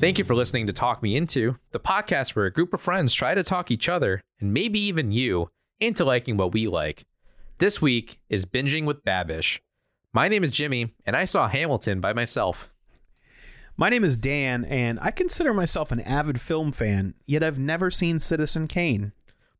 Thank you for listening to Talk Me Into, the podcast where a group of friends try to talk each other, and maybe even you, into liking what we like. This week is Binging with Babish. My name is Jimmy, and I saw Hamilton by myself. My name is Dan, and I consider myself an avid film fan, yet I've never seen Citizen Kane.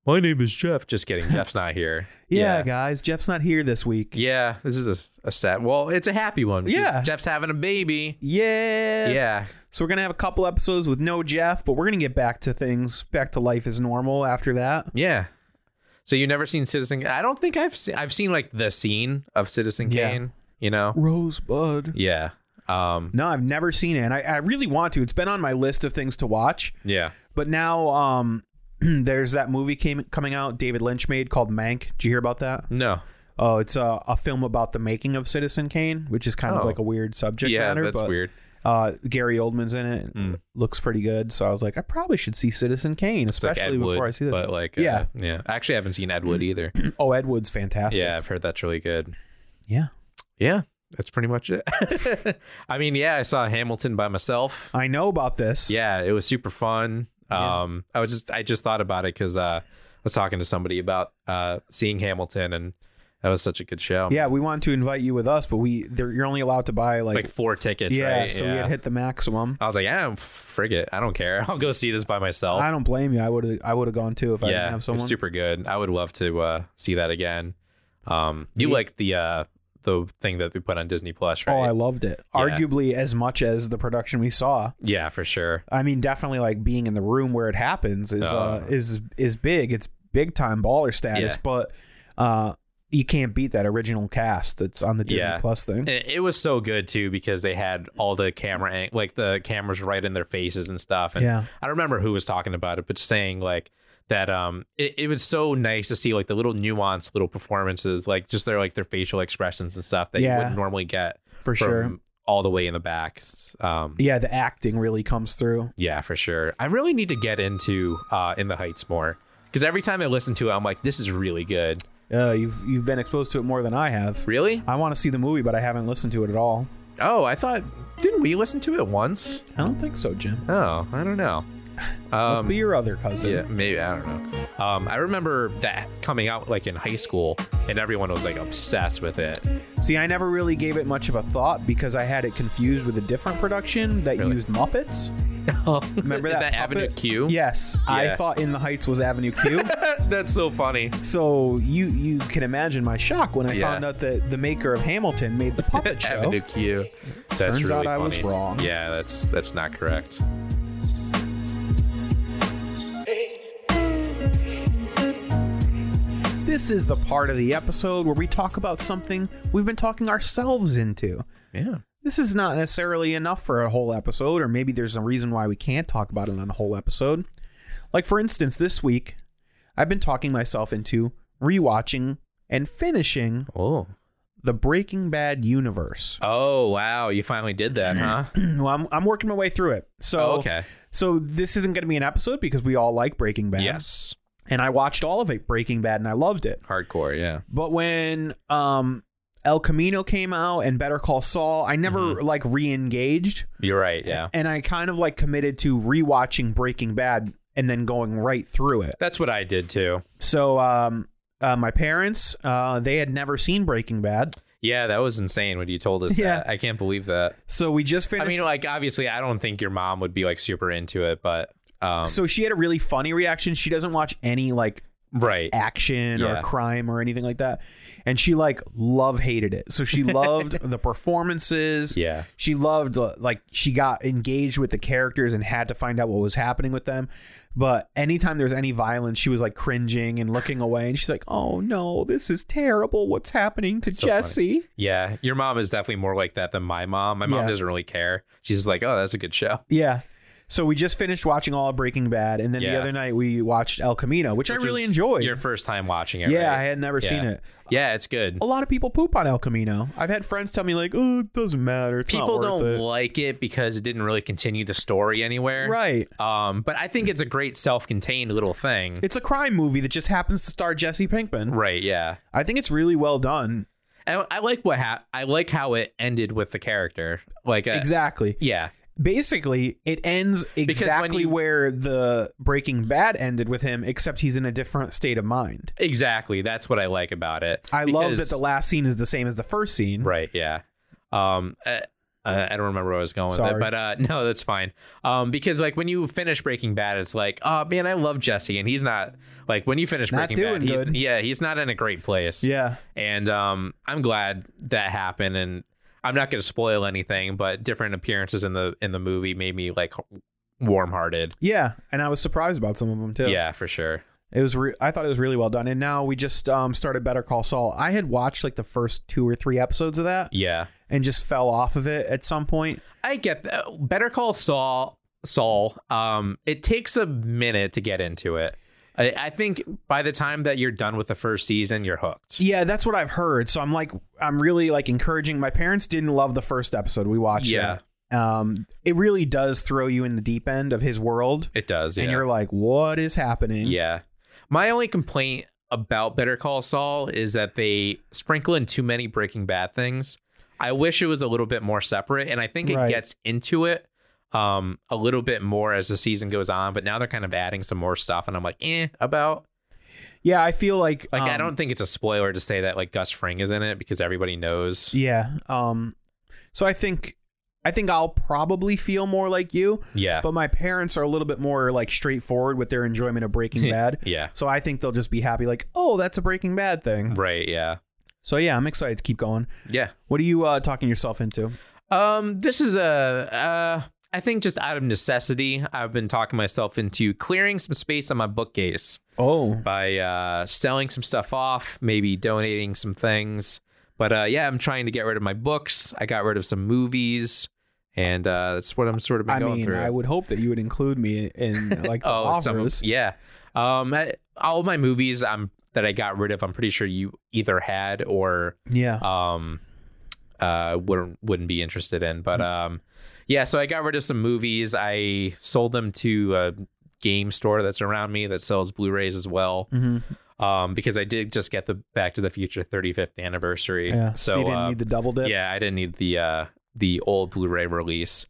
My name is Jeff. Just kidding. Jeff's not here. Yeah, guys, Jeff's not here this week. Yeah, this is a, s- a sad. Well, it's a happy one. because Yeah. Jeff's having a baby. Yeah. Yeah, So we're going to have a couple episodes with no Jeff, but we're going to get back to things, back to life as normal after that. yeah. So you've never seen Citizen? I don't think I've seen. I've seen like the scene of Citizen Yeah. Kane. You know? Rosebud. Yeah. Um. No, I've never seen it. And I, I really want to. It's been on my list of things to watch. Yeah. But now um, there's that movie came, coming out David Lynch made called Mank. Did you hear about that? No. Oh, it's a, a film about the making of Citizen Kane, which is kind Oh. of like a weird subject Yeah, matter. that's but, weird. Uh, Gary Oldman's in it. Hmm. Looks pretty good. So I was like, I probably should see Citizen Kane, It's like especially Ed Wood, before I see this. But like, uh, yeah, yeah. yeah. I Actually, haven't seen Ed Wood either. oh, Ed Wood's fantastic. yeah, I've heard that's really good. Yeah. Yeah, that's pretty much it. I mean, yeah, I saw Hamilton by myself. I know about this. Yeah, it was super fun. Um, I was just I just thought about it because uh, I was talking to somebody about uh seeing Hamilton, and that was such a good show. Yeah, we wanted to invite you with us, but we there you're only allowed to buy like, like four tickets. yeah, right? so we had hit the maximum. I was like, yeah, frig it. I don't care. I'll go see this by myself. I don't blame you. I would I would have gone too if I didn't have Oh. it was someone. super good. I would love to uh, see that again. Um, you Yeah. like the uh, the thing that we put on Disney Plus, right? oh, I loved it. Yeah. Arguably as much as the production we saw. yeah, for sure. I mean, definitely like being in the room where it happens is uh, Uh. is is big. It's big time baller status, Yeah. but uh, you can't beat that original cast that's on the Disney Yeah. Plus thing. It, it was so good too because they had all the camera ang- like the cameras right in their faces and stuff. And Yeah. I don't remember who was talking about it, but saying like that um it, it was so nice to see like the little nuanced little performances, like just their like their facial expressions and stuff that Yeah. you wouldn't normally get For sure. all the way in the back. S- Um Yeah, the acting really comes through. Yeah, for sure. I really need to get into uh, In the Heights more because every time I listen to it, I'm like, this is really good. Uh, you've you've been exposed to it more than I have. Really? I want to see the movie, but I haven't listened to it at all. Oh, I thought, didn't we listen to it once? I don't think so, Jim. Oh, I don't know. Must be your other cousin. Um, Yeah, maybe. I don't know. Um, I remember that coming out like in high school and everyone was like obsessed with it. See, I never really gave it much of a thought because I had it confused with a different production that used Muppets. Remember Is that? that Avenue puppet? Q? Yes, Yeah. I thought In the Heights was Avenue Q. That's so funny. so you you can imagine my shock when I Yeah. found out that the maker of Hamilton made the puppet show. Avenue Q. That's Turns really out funny. I was wrong. Yeah, that's that's not correct. This is the part of the episode where we talk about something we've been talking ourselves into. Yeah. This is not necessarily enough for a whole episode, or maybe there's a reason why we can't talk about it on a whole episode. Like for instance, this week I've been talking myself into rewatching and finishing Oh. the Breaking Bad universe. Oh wow, you finally did that, huh? well, I'm, I'm working my way through it. So Oh, okay. So this isn't going to be an episode because we all like Breaking Bad. Yes. And I watched all of it Breaking Bad and I loved it. Hardcore, yeah. But when um El Camino came out and Better Call Saul, I never Mm-hmm. like re-engaged You're right, yeah. and I kind of like committed to rewatching Breaking Bad and then going right through it. That's what I did too. So um uh, my parents, uh, they had never seen Breaking Bad, Yeah, that was insane when you told us Yeah. that. I can't believe that. so we just I finished. mean, like obviously I don't think your mom would be like super into it, but um so she had a really funny reaction. She doesn't watch any like Right. action Yeah. or crime or anything like that. And she like love hated it. So she loved the performances. Yeah. She loved uh, like she got engaged with the characters and had to find out what was happening with them. But anytime there's any violence, she was like cringing and looking away and she's like, "Oh no, this is terrible. What's happening to funny. Jesse?" Yeah. Your mom is definitely more like that than my mom. My mom Yeah. doesn't really care. She's just like, oh, that's a good show. Yeah. So we just finished watching all of Breaking Bad and then the Yeah. other night we watched El Camino, which, I Which really was enjoyed. Your first time watching it. yeah, right? I had never Yeah. seen it. Yeah, it's good. a lot of people poop on El Camino. I've had friends tell me like, "Oh, it doesn't matter. It's People not don't worth it." like it because it didn't really continue the story anywhere. Right. Um, but I think it's a great self-contained little thing. It's a crime movie that just happens to star Jesse Pinkman. right. Yeah. I think it's really well done. I, I like what ha- I like how it ended with the character. Like uh, Exactly. Yeah. Basically, it ends exactly you- where the Breaking Bad ended with him, except he's in a different state of mind. Exactly. That's what I like about it. I love that Because- the last scene is the same as the first scene. Right. Yeah. Um. uh, uh, I don't remember where I was going with Sorry. it, but uh, no, that's fine. Um, because like when you finish Breaking Bad, it's like, oh man, I love Jesse, and he's not like when you finish Not Breaking doing Bad, good. he's yeah, he's not in a great place. Yeah. and um, I'm glad that happened, and I'm not going to spoil anything, but different appearances in the in the movie made me like warm hearted. Yeah. And I was surprised about some of them too. Yeah, for sure. It was. Re- I thought it was really well done. And now we just um, started Better Call Saul. I had watched like the first two or three episodes of that. Yeah, and just fell off of it at some point. I get that. Better Call Saul. Saul. Um, it takes a minute to get into it. I, I think by the time that you're done with the first season, you're hooked. Yeah, that's what I've heard. So I'm like, I'm really like encouraging. My parents didn't love the first episode we watched. Yeah. that. Um, it really does throw you in the deep end of his world, It does. Yeah. and you're like, what is happening? yeah. My only complaint about Better Call Saul is that they sprinkle in too many Breaking Bad things. I wish it was a little bit more separate, and I think it Right. gets into it um a little bit more as the season goes on. But now they're kind of adding some more stuff, and I'm like, eh, about. yeah. I feel like Like I um, don't think it's a spoiler to say that like Gus Fring is in it because everybody knows. Yeah. Um. So I think, I think I'll probably feel more like you, Yeah. but my parents are a little bit more like straightforward with their enjoyment of Breaking Bad. yeah. So I think they'll just be happy, like, oh, that's a Breaking Bad thing. Right, yeah. So yeah, I'm excited to keep going. Yeah. What are you uh, talking yourself into? Um this is a uh I think just out of necessity, I've been talking myself into clearing some space on my bookcase Oh, by uh selling some stuff off, maybe donating some things. But uh yeah, I'm trying to get rid of my books. I got rid of some movies and uh that's what I'm sort of been I going mean, through. I would hope that you would include me in like the oh, some offers. yeah. Um I, all my movies I'm that I got rid of, I'm pretty sure you either had or yeah, um uh wouldn't wouldn't be interested in but Mm-hmm. um yeah so i got rid of some movies i sold them to a game store that's around me that sells blu-rays as well Mhm. um because i did just get the back to the future 35th anniversary yeah. so, So, you didn't uh, need the double dip. yeah i didn't need the uh the old blu-ray release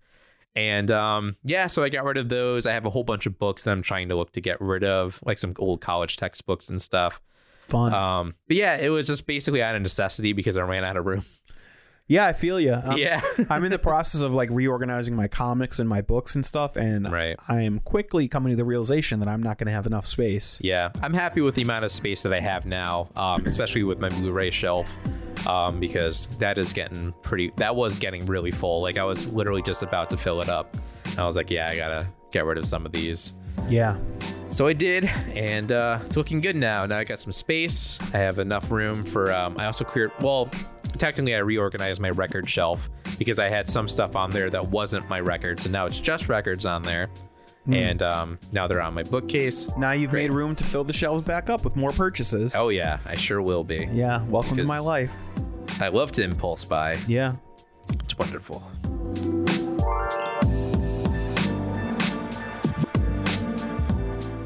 and um yeah so i got rid of those i have a whole bunch of books that i'm trying to look to get rid of like some old college textbooks and stuff Fun. um but yeah it was just basically out of necessity because i ran out of room yeah, I feel you. yeah. I'm in the process of like reorganizing my comics and my books and stuff, and Right. I am quickly coming to the realization that I'm not going to have enough space. yeah. I'm happy with the amount of space that I have now, um, especially with my Blu ray shelf, um, because that is getting pretty, that was getting really full. Like, I was literally just about to fill it up. I was like, yeah, I gotta get rid of some of these. Yeah, So I did, and uh, it's looking good now. Now I got some space. I have enough room for. Um, I also cleared. Well, technically, I reorganized my record shelf because I had some stuff on there that wasn't my records, and now it's just records on there. And um, now they're on my bookcase. Hmm. now you've Great. made room to fill the shelves back up with more purchases. Oh yeah, I sure will be. Yeah, welcome to my Because- life. I love to impulse buy. Yeah. It's wonderful.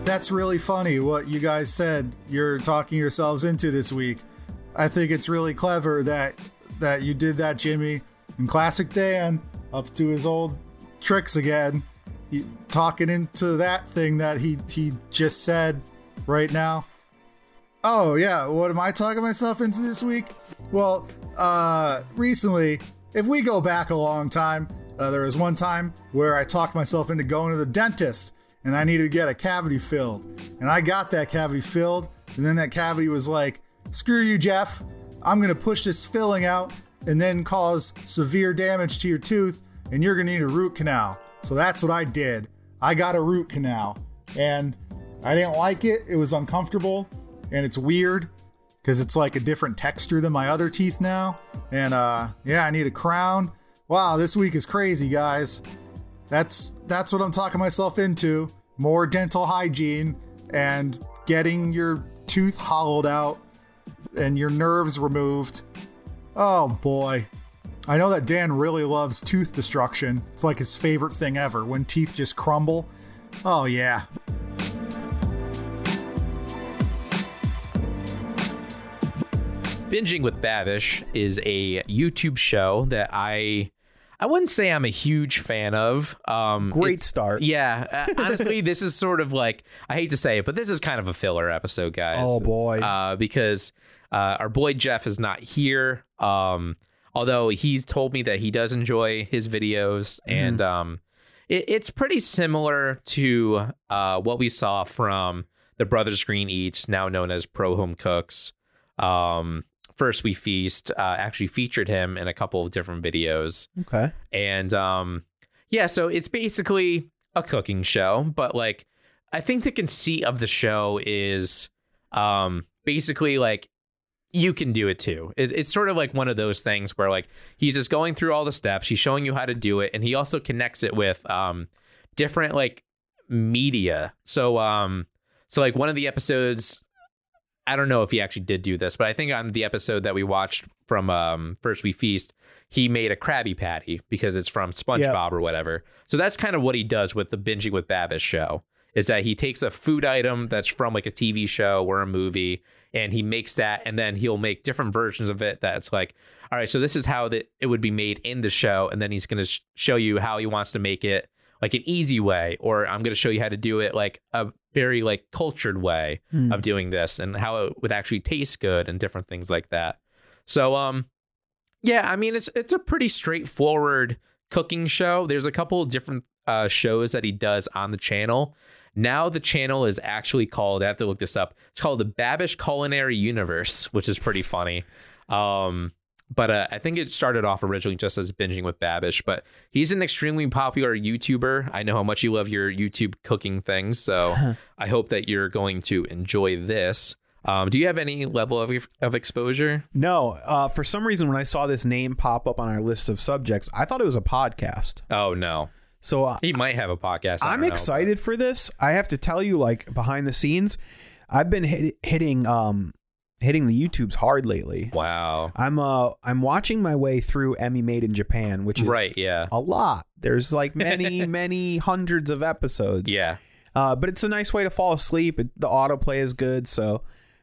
That's really funny what you guys said you're talking yourselves into this week. I think it's really clever that that you did that, Jimmy. And classic Dan up to his old tricks again. He talking into that thing that he he just said right now. Oh yeah, what am I talking myself into this week? Well, uh recently, if we go back a long time, uh, there was one time where I talked myself into going to the dentist and I needed to get a cavity filled. And I got that cavity filled And then that cavity was like, screw you, Jeff. I'm going to push this filling out and then cause severe damage to your tooth, and you're going to need a root canal. So that's what I did. I got a root canal, and I didn't like it. It was uncomfortable, and it's weird because it's like a different texture than my other teeth now. And uh, yeah, I need a crown. Wow, this week is crazy, guys. That's that's what I'm talking myself into. More dental hygiene and getting your tooth hollowed out and your nerves removed. Oh boy. I know that Dan really loves tooth destruction. It's like his favorite thing ever when teeth just crumble. Oh yeah. Binging with Babish is a YouTube show that I I wouldn't say I'm a huge fan of. Um Great it's- start. Yeah, uh, honestly, this is sort of like I hate to say it, but this is kind of a filler episode, guys. Oh, boy. uh, because uh, our boy Jeff is not here. Um, although he's told me that he does enjoy his videos, Mm-hmm. and um, it, it's pretty similar to uh, what we saw from the Brothers Green Eats, now known as Pro Home Cooks. Um, First We Feast uh, actually featured him in a couple of different videos Okay. and um yeah so it's basically a cooking show but like i think the conceit of the show is um basically like you can do it too it, it's sort of like one of those things where like he's just going through all the steps he's showing you how to do it and he also connects it with um different like media so um so like one of the episodes i don't know if he actually did do this but i think on the episode that we watched from um first we feast he made a Krabby Patty because it's from SpongeBob or whatever. So that's kind of what he does with the binging with Babish show is that he takes a food item that's from like a TV show or a movie and he makes that and then he'll make different versions of it that's like all right so this is how that it would be made in the show and then he's going to sh- show you how he wants to make it like an easy way or I'm going to show you how to do it like a very like cultured way Hmm. of doing this and how it would actually taste good and different things like that. So um yeah, I mean it's it's a pretty straightforward cooking show. There's a couple of different uh shows that he does on the channel. Now the channel is actually called I have to look this up. It's called the Babish Culinary Universe, which is pretty funny. Um but uh, I think it started off originally just as binging with Babish, but he's an extremely popular YouTuber. I know how much you love your YouTube cooking things, so I hope that you're going to enjoy this. Um, do you have any level of of exposure? No, uh, for some reason, when I saw this name pop up on our list of subjects, I thought it was a podcast. Oh no, So uh, he might have a podcast. I I'm don't know. excited for this. I have to tell you, like behind the scenes, I've been hit, hitting um hitting the YouTubes hard lately. Wow. I'm uh I'm watching my way through Emmy Made in Japan, which is Right. Yeah. a lot. There's like many many hundreds of episodes. Yeah. Uh, but it's a nice way to fall asleep. It, the autoplay is good, so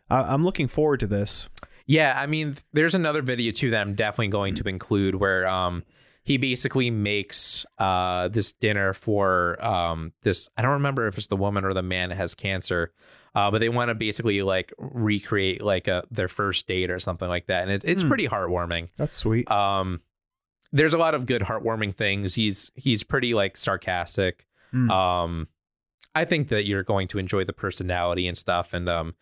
I I'm looking forward to this. Yeah, I mean, th- there's another video too that I'm definitely going to include where um he basically makes uh this dinner for um this I don't remember if it's the woman or the man that has cancer, uh, but they want to basically like recreate like a their first date or something like that, and it, it's Hmm. pretty heartwarming. That's sweet. Um, there's a lot of good heartwarming things. He's he's pretty like sarcastic. Mm. Um, I think that you're going to enjoy the personality and stuff. And um,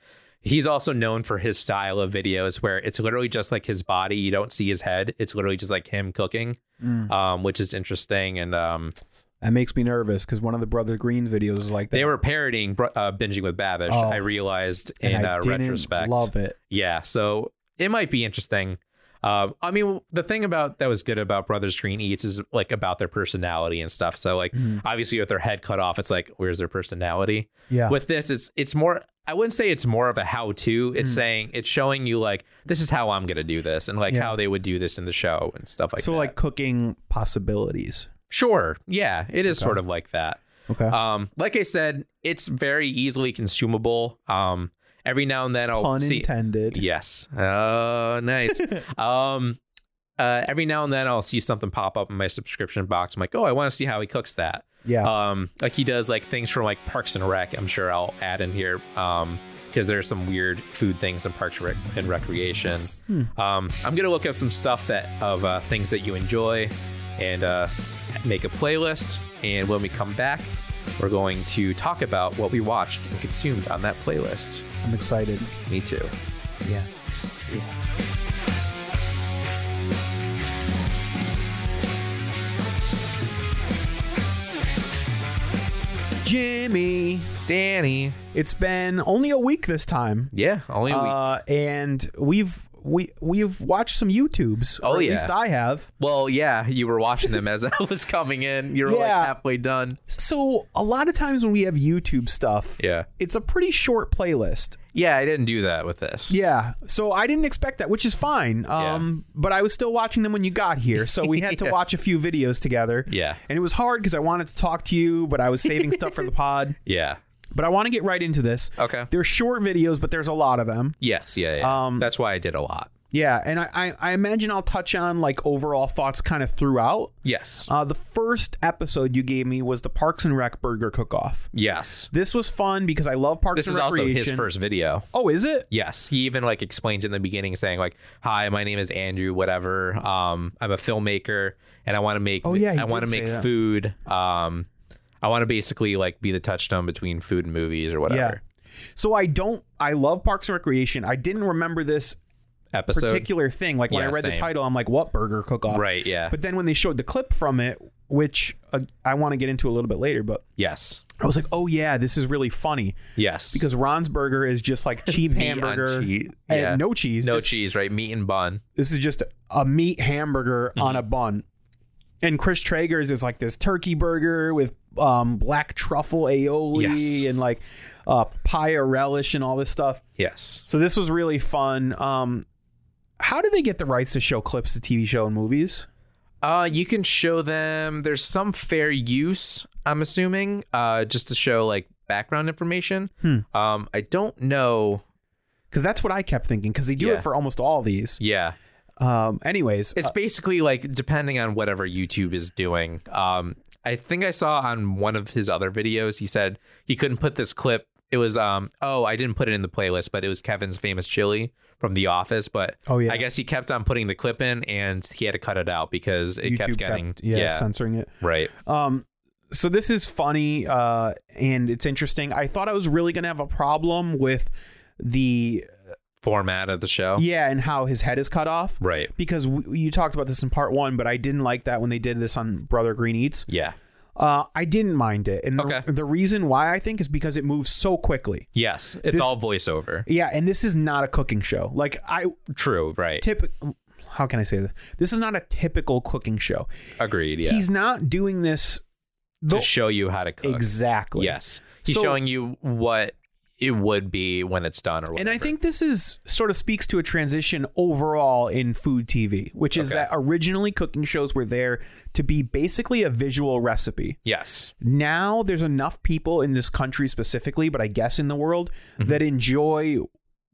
he's also known for his style of videos where it's literally just like his body. You don't see his head. It's literally just like him cooking, Mm. um, which is interesting. And um, That makes me nervous because one of the Brother Green videos is like that. they were parodying Br- uh, binging with Babish. Oh. I realized and in I uh, didn't retrospect. love it. yeah so it might be interesting uh, i mean the thing about that was good about brothers green eats is like about their personality and stuff so like Mm-hmm. obviously with their head cut off it's like where's their personality Yeah. with this it's it's more i wouldn't say it's more of a how to Mm. it's saying it's showing you like this is how i'm gonna do this and like Yeah. how they would do this in the show and stuff like so that like cooking possibilities. sure yeah it is sort of like that Okay. um like i said it's very easily consumable um every now and then i'll Pun see intended. Yes. Oh, nice. um, uh, every now and then I'll see something pop up in my subscription box. I'm like, oh, I want to see how he cooks that. Yeah. Um, like he does like things from like Parks and Rec. I'm sure I'll add in here. Um, because there's some weird food things in Parks and Rec- and Recreation. Um, I'm gonna look up some stuff that of uh, things that you enjoy, and uh, make a playlist. And when we come back, we're going to talk about what we watched and consumed on that playlist. I'm excited. Me too. Yeah. Jimmy, Danny. it's been only a week this time, Yeah, only a week. uh, and we've we we've watched some YouTubes. Oh, or at yeah. least I have. well, yeah, you were watching them as I was coming in. You were like Yeah. halfway done. So a lot of times when we have YouTube stuff, Yeah. it's a pretty short playlist. Yeah, I didn't do that with this. Yeah. So I didn't expect that, which is fine. Um, But I was still watching them when you got here. So we had to Yes. watch a few videos together. Yeah. And it was hard because I wanted to talk to you, but I was saving stuff for the pod. Yeah. But I want to get right into this. Okay. They're short videos, but there's a lot of them. Yes, yeah, yeah. Um, That's why I did a lot. Yeah. And I, I, I imagine I'll touch on like overall thoughts kind of throughout. Yes. Uh, the first episode you gave me was the Parks and Rec Burger Cook Off. yes. This was fun because I love Parks This and is also his Recreation. first video. Oh, is it? Yes, he even like explains in the beginning saying like, "Hi, my name is Andrew. Whatever. Um, I'm a filmmaker, and I want to make. Oh, yeah, he I want to did say make that. food. Um, I want to basically like be the touchstone between food and movies or whatever Yeah. So I don't. I love Parks and Recreation. I didn't remember this episode. particular thing. Like when yeah, I read the same. title, I'm like, "What burger cook off?" Right, yeah. But then when they showed the clip from it, which uh, I want to get into a little bit later, but yes, I was like, "Oh yeah, this is really funny." yes, Because Ron's burger is just like cheap Meat on hamburger cheese. and Yeah. no cheese. no just- cheese, right? Meat and bun. This is just a meat hamburger Mm-hmm. on a bun. And Chris Traeger's is like this turkey burger with um, black truffle aioli Yes. and like uh, pie relish and all this stuff. Yes. So this was really fun. Um, how do they get the rights to show clips to TV show and movies? Uh, you can show them. There's some fair use, I'm assuming, uh, just to show like background information. Um, I don't know. Because that's what I kept thinking. Because they do Yeah. it for almost all these. Yeah. Um, anyways, It's basically like depending on whatever YouTube is doing. Um, I think I saw on one of his other videos, he said he couldn't put this clip. It was um oh I didn't put it in the playlist, but it was Kevin's famous chili from The Office. But Oh, yeah. I guess he kept on putting the clip in, and he had to cut it out because it YouTube kept getting kept, yeah, yeah censoring it. right Um, so this is funny uh, and it's interesting. I thought I was really gonna have a problem with the format of the show yeah and how his head is cut off right because w you talked about this in part one, but I didn't like that when they did this on Brother Green Eats. yeah Uh, I didn't mind it, and the, Okay. the reason why I think is because it moves so quickly. yes it's This- all voiceover Yeah, and this is not a cooking show. Like I true right tip how can I say this? This is not a typical cooking show. agreed yeah He's not doing this to the- show you how to cook exactly. Yes. He's So- showing you what it would be when it's done or whatever. And I think this is sort of speaks to a transition overall in food TV, which is Okay. that originally cooking shows were there to be basically a visual recipe. Yes. Now there's enough people in this country specifically, but I guess in the world Mm-hmm. that enjoy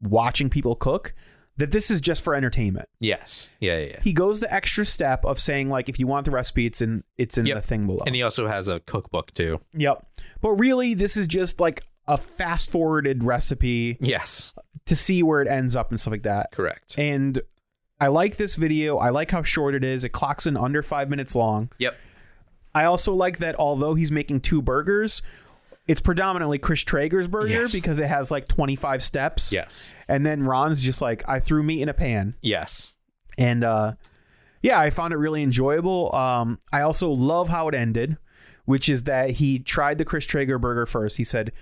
watching people cook that this is just for entertainment. Yes. Yeah, yeah, yeah. he goes the extra step of saying like if you want the recipe it's in it's in Yep. the thing below And he also has a cookbook too. yep but really this is just like a fast forwarded recipe Yes. to see where it ends up and stuff like that Correct. and i like this video i like how short it is it clocks in under five minutes long yep. i also like that although he's making two burgers it's predominantly chris traeger's burger Yes. because it has like 25 steps Yes. and then ron's just like i threw meat in a pan Yes. and uh yeah i found it really enjoyable um i also love how it ended which is that he tried the chris traeger burger first he said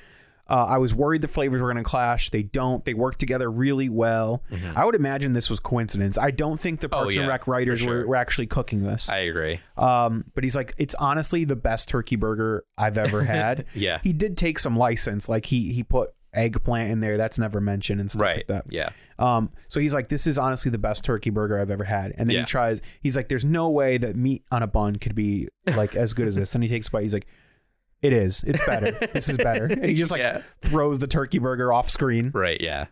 uh, I was worried the flavors were going to clash. They don't. They work together really well. I would imagine this was coincidence. I don't think the Parks Mm-hmm. Oh, yeah, and Rec for writers were, sure. were actually cooking this. I agree. um, but he's like, it's honestly the best turkey burger I've ever had. Yeah. He did take some license. Like he he put eggplant in there that's never mentioned and stuff Right. like that. Yeah. Um, so he's like, this is honestly the best turkey burger I've ever had. And then Yeah. he tries, he's like, there's no way that meat on a bun could be like as good as this. And he takes a bite. He's like, it is. It's better. this is better. And he just like Yeah. throws the turkey burger off screen. Right, yeah.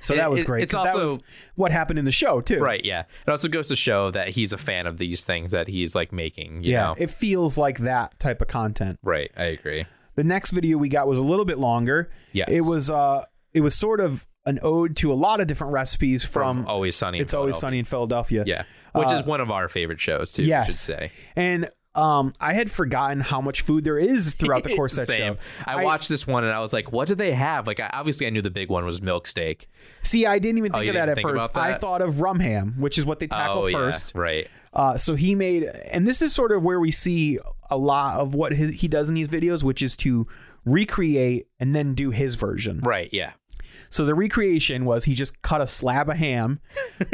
So It- that was it- great. it's 'cause that also- was what happened in the show too. Right, yeah. It also goes to show that he's a fan of these things that he's like making, you Yeah. know. It feels like that type of content. right, I agree. The next video we got was a little bit longer. Yes. It was, uh, it was sort of an ode to a lot of different recipes From from, Always Sunny. in It's Always Philadelphia. Uh, Sunny in Philadelphia. Yeah. Which is one of our favorite shows too, I should say. And Um, I had forgotten how much food there is throughout the course of that Same. show. I watched this one and I was like, what do they have? Like, I, obviously, I knew the big one was milk steak. See, I didn't even Oh, think you of that didn't at think first. about I that? thought of rum ham, which is what they tackle oh, first. yeah. Right. Uh, so he made, and this is sort of where we see a lot of what his, he does in these videos, which is to recreate and then do his version. Right. Yeah. So the recreation was he just cut a slab of ham,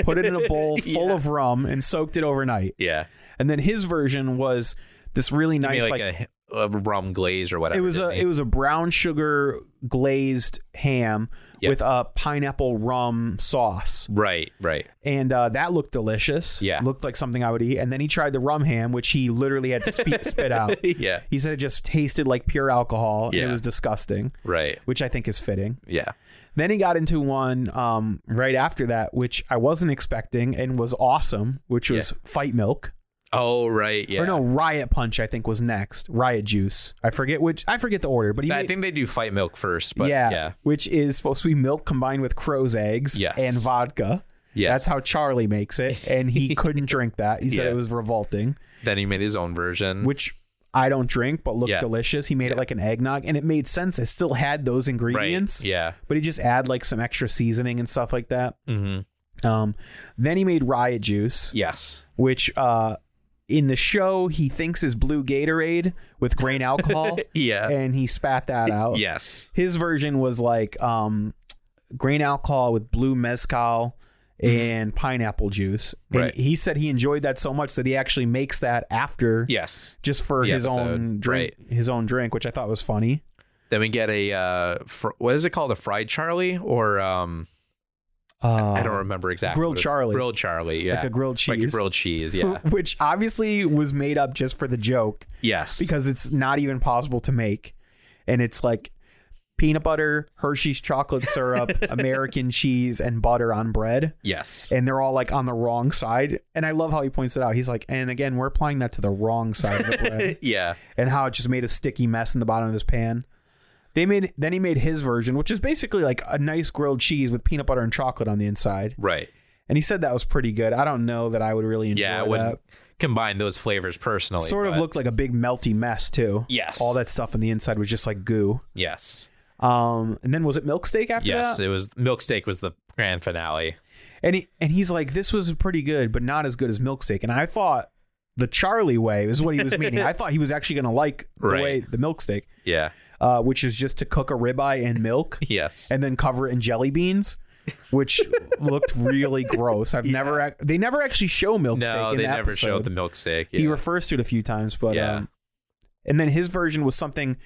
put it in a bowl full of rum, and soaked it overnight. Yeah. And then his version was this really I mean, nice, like, like, a, a rum glaze or whatever. it was a didn't it was a brown sugar glazed ham Yes. with a pineapple rum sauce, Right. Right. and uh, that looked delicious. Yeah. looked like something I would eat. And then he tried the rum ham, which he literally had to spit, spit out. Yeah. He said it just tasted like pure alcohol, and Yeah. it was disgusting, Right. which I think is fitting. Yeah. Then he got into one um, right after that, which I wasn't expecting and was awesome, which was Fight Milk. Oh, right. Yeah. Or no, Riot Punch, I think was next. Riot Juice. I forget which. I forget the order, but he I made- think they do fight milk first, but yeah, yeah. Yeah. which is supposed to be milk combined with crow's eggs Yes. and vodka. Yes. That's how Charlie makes it, and he couldn't drink that. He said Yeah. it was revolting, Then he made his own version. which I don't drink, but looked Yeah. delicious. He made it like an eggnog, and it made sense. It still had those ingredients, Right. Yeah. but he just add like some extra seasoning and stuff like that. hmm Um, then he made Riot Juice, Yes. which uh, in the show he thinks is blue Gatorade with grain alcohol, Yeah. and he spat that out. yes. his version was like um, grain alcohol with blue mezcal and pineapple juice. And Mm-hmm. Right. he said he enjoyed that so much that he actually makes that after, Yes. just for The his own episode, drink, his own drink, which I thought was funny. Then we get a uh, fr- what is it called? A fried Charlie or um, Uh, I don't remember exactly. grilled what it's- Charlie. Grilled Charlie. Yeah. a grilled Like a cheese. grilled cheese. Yeah. Which obviously was made up just for the joke. yes. because it's not even possible to make. And it's like peanut butter, Hershey's chocolate syrup, American cheese, and butter on bread. yes. And they're all like on the wrong side. And I love how he points it out. He's like, and again, we're applying that to the wrong side of the bread yeah. and how it just made a sticky mess in the bottom of his pan. They made then he made his version, which is basically like a nice grilled cheese with peanut butter and chocolate on the inside. Right. And he said that was pretty good. I don't know that I would really enjoy Yeah. I that. wouldn't combine those flavors personally. Sort of but looked like a big melty mess too. Yes. All that stuff on the inside was just like goo. Yes. Um, and then was it milk steak after Yes. that? It was milkshake was the grand finale. And he, and he's like, this was pretty good, but not as good as milk steak. And I thought the Charlie way is what he was meaning. I thought he was actually going to like the Right. way the milk steak, Yeah. uh, which is just to cook a ribeye in milk Yes. and then cover it in jelly beans. Which looked really gross. I've never ac- they never actually show milk no, steak in they the never episode. showed the milkshake. Yeah. He refers to it a few times, but Yeah. um, and then his version was something.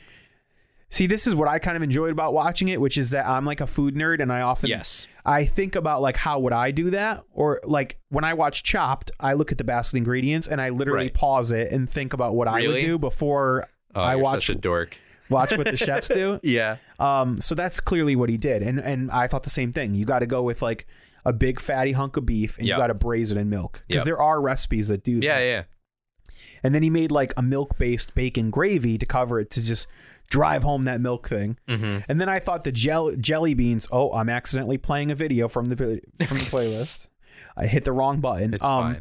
See, this is what I kind of enjoyed about watching it, which is that I'm like a food nerd, and I often Yes. I think about like how would I do that, or like when I watch Chopped, I look at the basket ingredients and I literally Right. pause it and think about what I would Really? do before Oh, I you're watch such a dork. watch what the chefs do. Yeah. Um, so that's clearly what he did, and and I thought the same thing. You got to go with like a big fatty hunk of beef, and Yep. you got to braise it in milk because Yep. there are recipes that do that. Yeah. Yeah. And then he made like a milk based bacon gravy to cover it to just drive home that milk thing. Mm-hmm. And then I thought the gel- jelly beans. Oh, I'm accidentally playing a video from the vi- from the playlist. I hit the wrong button. Um, It's fine.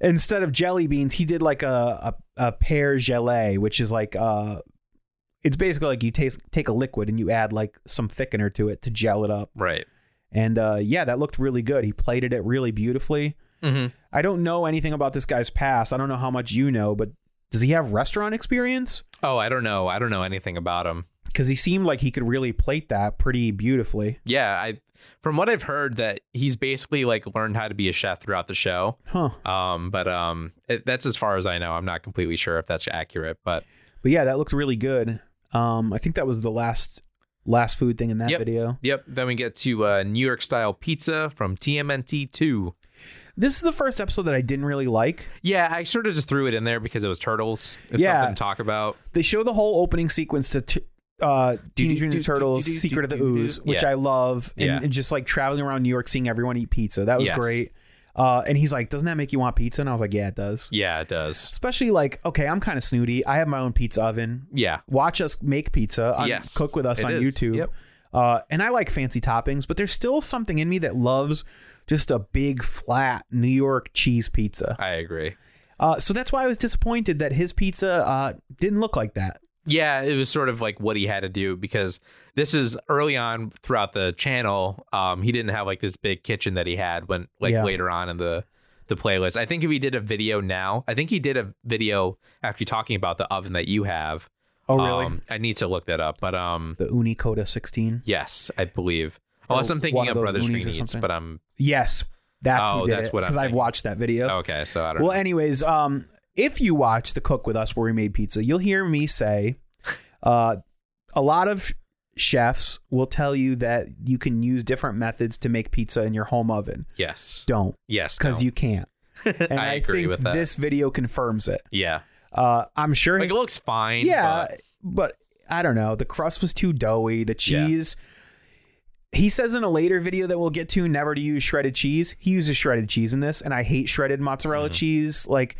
Instead of jelly beans, he did like a a, a pear gelée, which is like uh, it's basically like you taste take a liquid and you add like some thickener to it to gel it up. Right. And uh, yeah, that looked really good. He plated it really beautifully. Mhm. I don't know anything about this guy's past. I don't know how much you know, but does he have restaurant experience? Oh, I don't know. I don't know anything about him. Because he seemed like he could really plate that pretty beautifully. Yeah, I from what I've heard that he's basically like learned how to be a chef throughout the show. Huh. Um, but um, it, that's as far as I know. I'm not completely sure if that's accurate, but But yeah, that looked really good. Um, I think that was the last last food thing in that Yep. video. yep. Then we get to uh, New York style pizza from TMNT two. This is the first episode that I didn't really like. Yeah, I sort of just threw it in there because it was turtles. It was Yeah. something to talk about. They show the whole opening sequence to t- uh, Teenage Mutant Ninja Turtles: do, do, Secret of the do, do, do. Ooze, which Yeah. I love, and, Yeah. and just like traveling around New York, seeing everyone eat pizza. That was Yes. great. Uh, and he's like, "Doesn't that make you want pizza?" And I was like, "Yeah, it does." Yeah, it does. Especially like, okay, I'm kind of snooty. I have my own pizza oven. Yeah, Watch us make pizza. on- Yes, cook with us it on is. YouTube. Yep. Uh, and I like fancy toppings, but there's still something in me that loves just a big flat New York cheese pizza. I agree. Uh, so that's why I was disappointed that his pizza uh, didn't look like that. Yeah, it was sort of like what he had to do because this is early on throughout the channel. Um, he didn't have like this big kitchen that he had when like Yeah. later on in the the playlist. I think if he did a video now, I think he did a video actually talking about the oven that you have. Oh, Um, I need to look that up, but um, the Unicota 16. Yes, I believe. Or Unless I'm Oh, one thinking of of those Brothers Loonies or Green Eats, something. but I'm Yes, that's Oh, who did that's it what Oh, I'm because I've thinking. watched that video. okay. So I don't. Well, know. anyways, um, if you watch the cook with us where we made pizza, you'll hear me say, uh, a lot of chefs will tell you that you can use different methods to make pizza in your home oven. yes, Don't yes, because no. you can't. And I agree think with that. this video confirms it. Yeah, Uh, I'm sure. like his- it looks fine. yeah, but- but I don't know. The crust was too doughy. The Yeah. cheese. He says in a later video that we'll get to never to use shredded cheese. He uses shredded cheese in this, and I hate shredded mozzarella Mm-hmm. cheese, like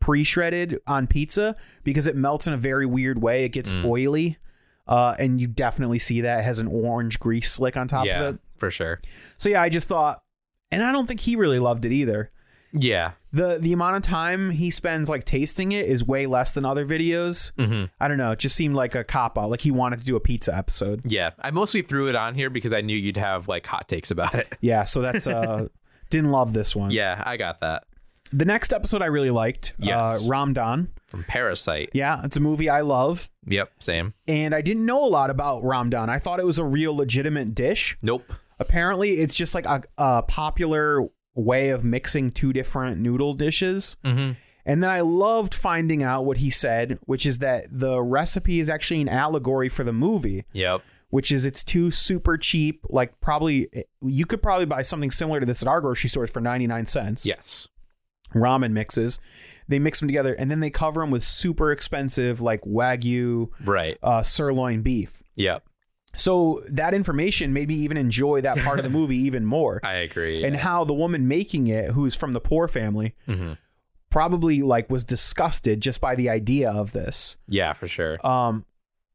pre-shredded on pizza, because it melts in a very weird way. It gets Mm. oily, uh, and you definitely see that it has an orange grease slick on top yeah, of it. for sure. So yeah, I just thought, and I don't think he really loved it either Yeah, the the amount of time he spends like tasting it is way less than other videos. Mm-hmm. I don't know. It just seemed like a cop out. Like he wanted to do a pizza episode. yeah. I mostly threw it on here because I knew you'd have like hot takes about it. Yeah. So that's uh, didn't love this one. Yeah, I got that The next episode I really liked. Yes. Uh, Ramdan. from Parasite. Yeah, it's a movie I love, Yep, same. and I didn't know a lot about Ramdan. I thought it was a real legitimate dish. Nope. Apparently, it's just like a, a popular way of mixing two different noodle dishes. And then I loved finding out what he said, which is that the recipe is actually an allegory for the movie, Yep. which is it's two super cheap, like probably you could probably buy something similar to this at our grocery stores for 99 cents. Yes. Ramen mixes. They mix them together and then they cover them with super expensive, like Wagyu Right. uh, sirloin beef. Yep. So that information made me even enjoy that part of the movie even more I agree. and how the woman making it, who's from the poor family, probably like was disgusted just by the idea of this. yeah, for sure. Um,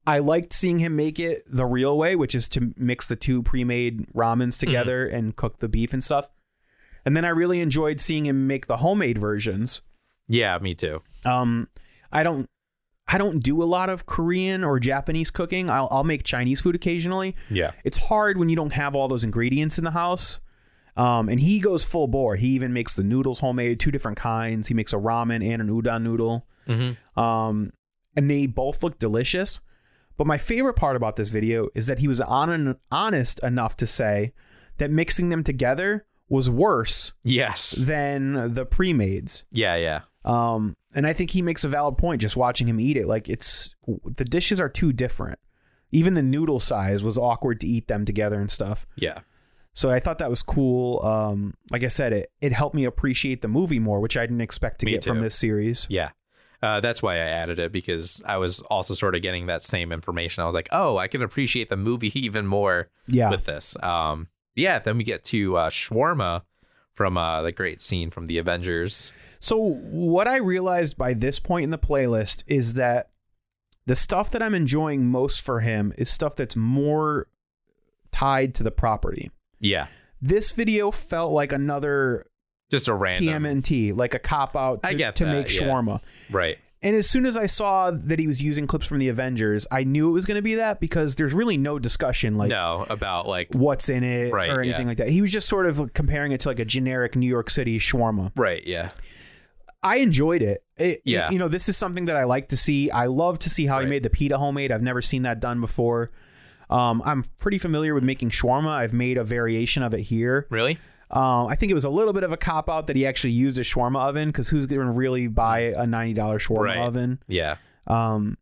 I liked seeing him make it the real way, which is to mix the two pre-made ramens together and cook the beef and stuff. And then I really enjoyed seeing him make the homemade versions. yeah, me too. Um, I don't. I don't do a lot of Korean or Japanese cooking. I'll, I'll make Chinese food occasionally, Yeah. it's hard when you don't have all those ingredients in the house. Um, and he goes full bore. He even makes the noodles homemade, two different kinds. He makes a ramen and an udon noodle. Um, and they both look delicious. But my favorite part about this video is that he was on honest enough to say that mixing them together was worse Yes. than the pre-mades. Yeah, yeah. Um, and I think he makes a valid point just watching him eat it. Like it's the dishes are too different. Even the noodle size was awkward to eat them together and stuff. Yeah. So I thought that was cool. Um, like I said, it it helped me appreciate the movie more, which I didn't expect to Me get from too. this series. Yeah. Uh, that's why I added it because I was also sort of getting that same information. I was like, oh, I can appreciate the movie even more Yeah, with this. Um, yeah. Then we get to uh, Shawarma from uh, the great scene from the Avengers. So what I realized by this point in the playlist is that the stuff that I'm enjoying most for him is stuff that's more tied to the property. Yeah. This video felt like another Just a random. TMNT, like a cop out um, I to, get to that, make yeah. shawarma. Right. And as soon as I saw that he was using clips from the Avengers, I knew it was going to be that because there's really no discussion like no, about like, what's in it Right, or anything yeah. like that. He was just sort of comparing it to like a generic New York City shawarma. right. Yeah. I enjoyed it. It- Yeah. You know, this is something that I like to see. I love to see how he Right. made the pita homemade. I've never seen that done before. Um, I'm pretty familiar with making shawarma. I've made a variation of it here. Really? Um, I think it was a little bit of a cop out that he actually used a shawarma oven because who's going to really buy a ninety dollar shawarma Right. oven? Yeah. Um,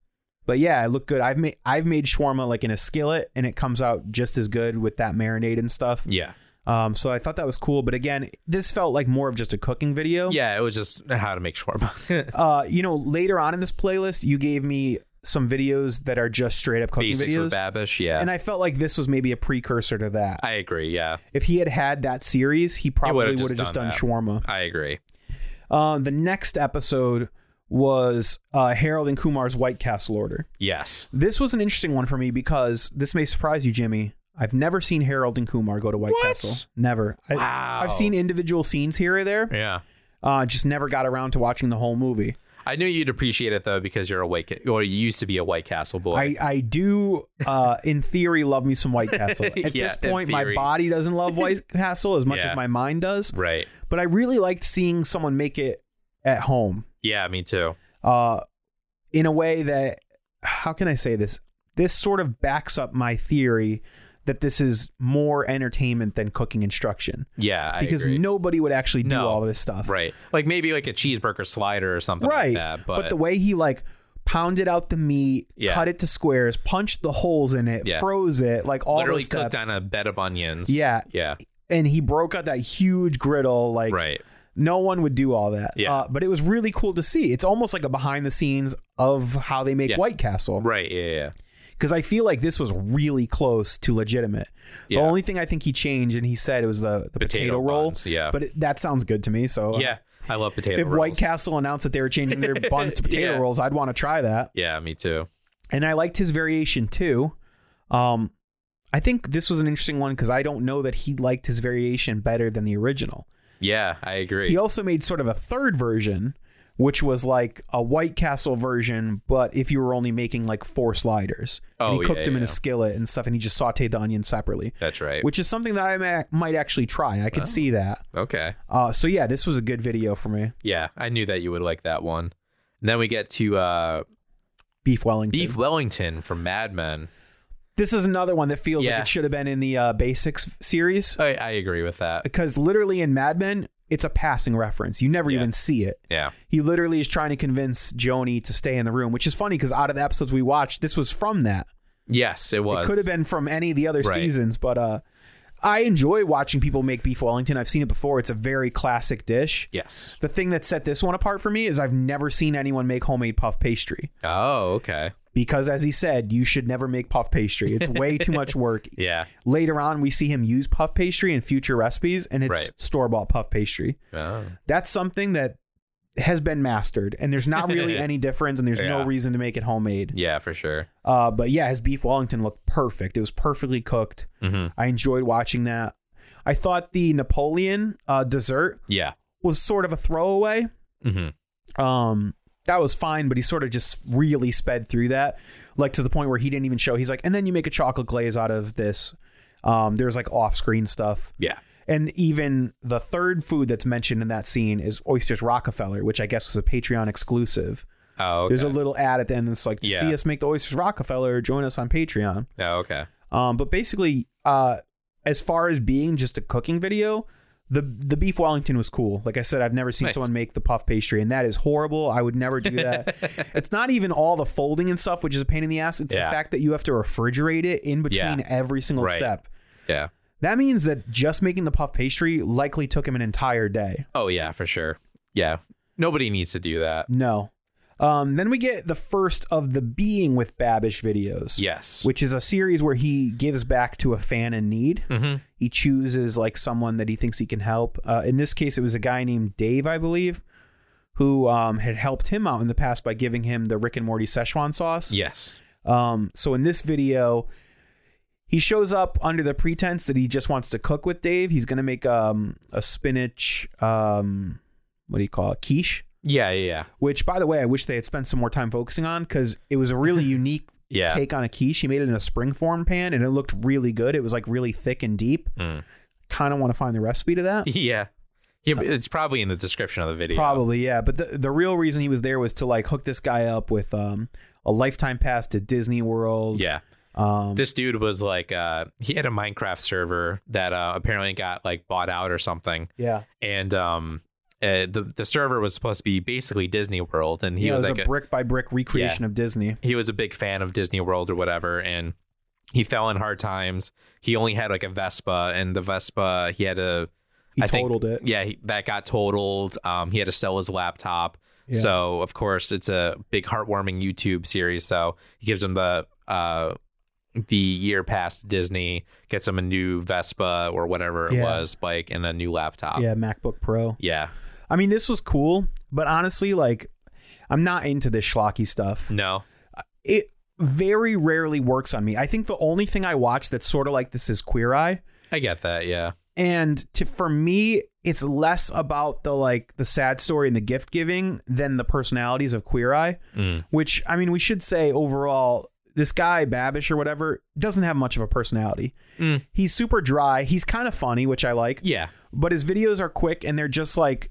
but yeah, it looked good. I've made I've made shawarma like in a skillet, and it comes out just as good with that marinade and stuff. Yeah. Um, so I thought that was cool. But again, this felt like more of just a cooking video. Yeah. It was just how to make shawarma. Uh, you know, later on in this playlist, you gave me some videos that are just straight up cooking Basics videos, with Babish. Yeah. and I felt like this was maybe a precursor to that. I agree. Yeah. if he had had that series, he probably just would have just done, done that. shawarma. I agree. Uh, the next episode was uh, Harold and Kumar's White Castle Order. Yes. This was an interesting one for me because this may surprise you, Jimmy. I've never seen Harold and Kumar go to White What? Castle. Never. I, Wow. I've seen individual scenes here or there, Yeah. Uh, just never got around to watching the whole movie. I knew you'd appreciate it though because you're a White Ca- or you used to be a White Castle boy. I, I do, uh, in theory, love me some White Castle. At Yeah, this in point, theory. my body doesn't love White Castle as much Yeah. as my mind does. right. But I really liked seeing someone make it at home Yeah, me too. uh, in a way that, how can I say this? This sort of backs up my theory that this is more entertainment than cooking instruction Yeah, I because agree. nobody would actually do No. all this stuff. right, like maybe like a cheeseburger slider or something right. like that. But, but, the way he like pounded out the meat, Yeah. cut it to squares, punched the holes in it, Yeah. froze it, like all literally those steps. cooked on a bed of onions. Yeah. yeah, and he broke out that huge griddle. Like right. no one would do all that. Yeah. Uh, but it was really cool to see. It's almost like a behind the scenes of how they make Yeah. White Castle. Right. Yeah. Yeah. Because I feel like this was really close to legitimate. Yeah. The only thing I think he changed and he said it was the, the potato, Potato roll. buns, yeah. But it, that sounds good to me. So uh, yeah. I love potato if rolls. White Castle announced that they were changing their buns to potato Yeah. rolls, I'd want to try that. Yeah, me too. and I liked his variation too. Um, I think this was an interesting one because I don't know that he liked his variation better than the original. Yeah, I agree. He also made sort of a third version, which was like a White Castle version, but if you were only making like four sliders, and Oh, he cooked yeah, them in yeah. a skillet and stuff, and he just sautéed the onions separately, That's right. Oh. which is something that I ma- might actually try. I could see that. okay. Uh, so yeah, this was a good video for me. Yeah, I knew that you would like that one. And then we get to uh, Beef Wellington. Beef Wellington from Mad Men. This is another one that feels Yeah. like it should have been in the uh, basics series. I, I agree with that. because literally in Mad Men, it's a passing reference. You never even see it. Yeah. He literally is trying to convince Joni to stay in the room, which is funny because out of the episodes we watched, this was from that. Yes, it was. It could have been from any of the other Right. seasons, but uh, I enjoy watching people make beef Wellington. I've seen it before. It's a very classic dish. Yes. The thing that set this one apart for me is I've never seen anyone make homemade puff pastry Oh, okay. because, as he said, you should never make puff pastry. It's way too much work. Yeah. Later on, we see him use puff pastry in future recipes, and it's Right. store bought puff pastry Oh. that's something that has been mastered and there's not really any difference and there's no Yeah. reason to make it homemade Yeah, for sure. uh, but yeah his beef wellington looked perfect it was perfectly cooked Mhm. Mm-hmm. i enjoyed watching that i thought the napoleon uh, dessert Yeah. was sort of a throwaway hmm um, that was fine but he sort of just really sped through that like to the point where he didn't even show he's like and then you make a chocolate glaze out of this um, there's like off-screen stuff Yeah. and even the third food that's mentioned in that scene is Oysters Rockefeller, which I guess was a Patreon exclusive. Oh, okay. There's a little ad at the end that's like, to Yeah. see us make the Oysters Rockefeller, join us on Patreon. oh, okay. Um, but basically, uh, as far as being just a cooking video, the the beef Wellington was cool. Like I said, I've never seen Nice. someone make the puff pastry, and that is horrible. I would never do that. it's not even all the folding and stuff, which is a pain in the ass. It's Yeah. the fact that you have to refrigerate it in Yeah. between every single Right. step. Yeah. That means that just making the puff pastry likely took him an entire day. Oh, yeah, for sure. Yeah. Nobody needs to do that. No. Um, then we get the first of the Being with Babish videos, Yes. which is a series where he gives back to a fan in need. Mhm. He chooses like someone that he thinks he can help. Uh, in this case, it was a guy named Dave, I believe, who um, had helped him out in the past by giving him the Rick and Morty Szechuan sauce. Yes. Um, so in this video, he shows up under the pretense that he just wants to cook with Dave. He's gonna make um a spinach um what do you call it quiche? Yeah. Yeah. Yeah. Which, by the way, I wish they had spent some more time focusing on because it was a really unique Yeah. take on a quiche. He made it in a springform pan and it looked really good. It was like really thick and deep. Mm. Kind of want to find the recipe to that. yeah. Yeah, but It's probably in the description of the video. Probably, yeah. But the, the real reason he was there was to like hook this guy up with um a lifetime pass to Disney World. Yeah. Um, this dude was like uh he had a minecraft server that uh apparently got like bought out or something yeah. and um uh, the the server was supposed to be basically disney world and he yeah, was it was like a a- brick by brick recreation of Disney. he was a big fan of disney world or whatever and he fell in hard times he only had like a vespa and the vespa he had a He I think- totaled it. yeah he, that got totaled um he had to sell his laptop Yeah. so of course it's a big heartwarming youtube series so he gives him the uh the year past disney gets him a new vespa or whatever it Yeah. was bike and a new laptop Yeah, MacBook Pro. yeah I mean, this was cool, but honestly, like, I'm not into this schlocky stuff. no It very rarely works on me. I think the only thing I watch that's sort of like this is Queer Eye. i get that yeah And to, for me, it's less about the like the sad story and the gift giving than the personalities of Queer Eye, Mm. which I mean, we should say overall, this guy Babish or whatever doesn't have much of a personality. He's super dry. He's kind of funny, which I like Mm. Yeah. but his videos are quick and they're just like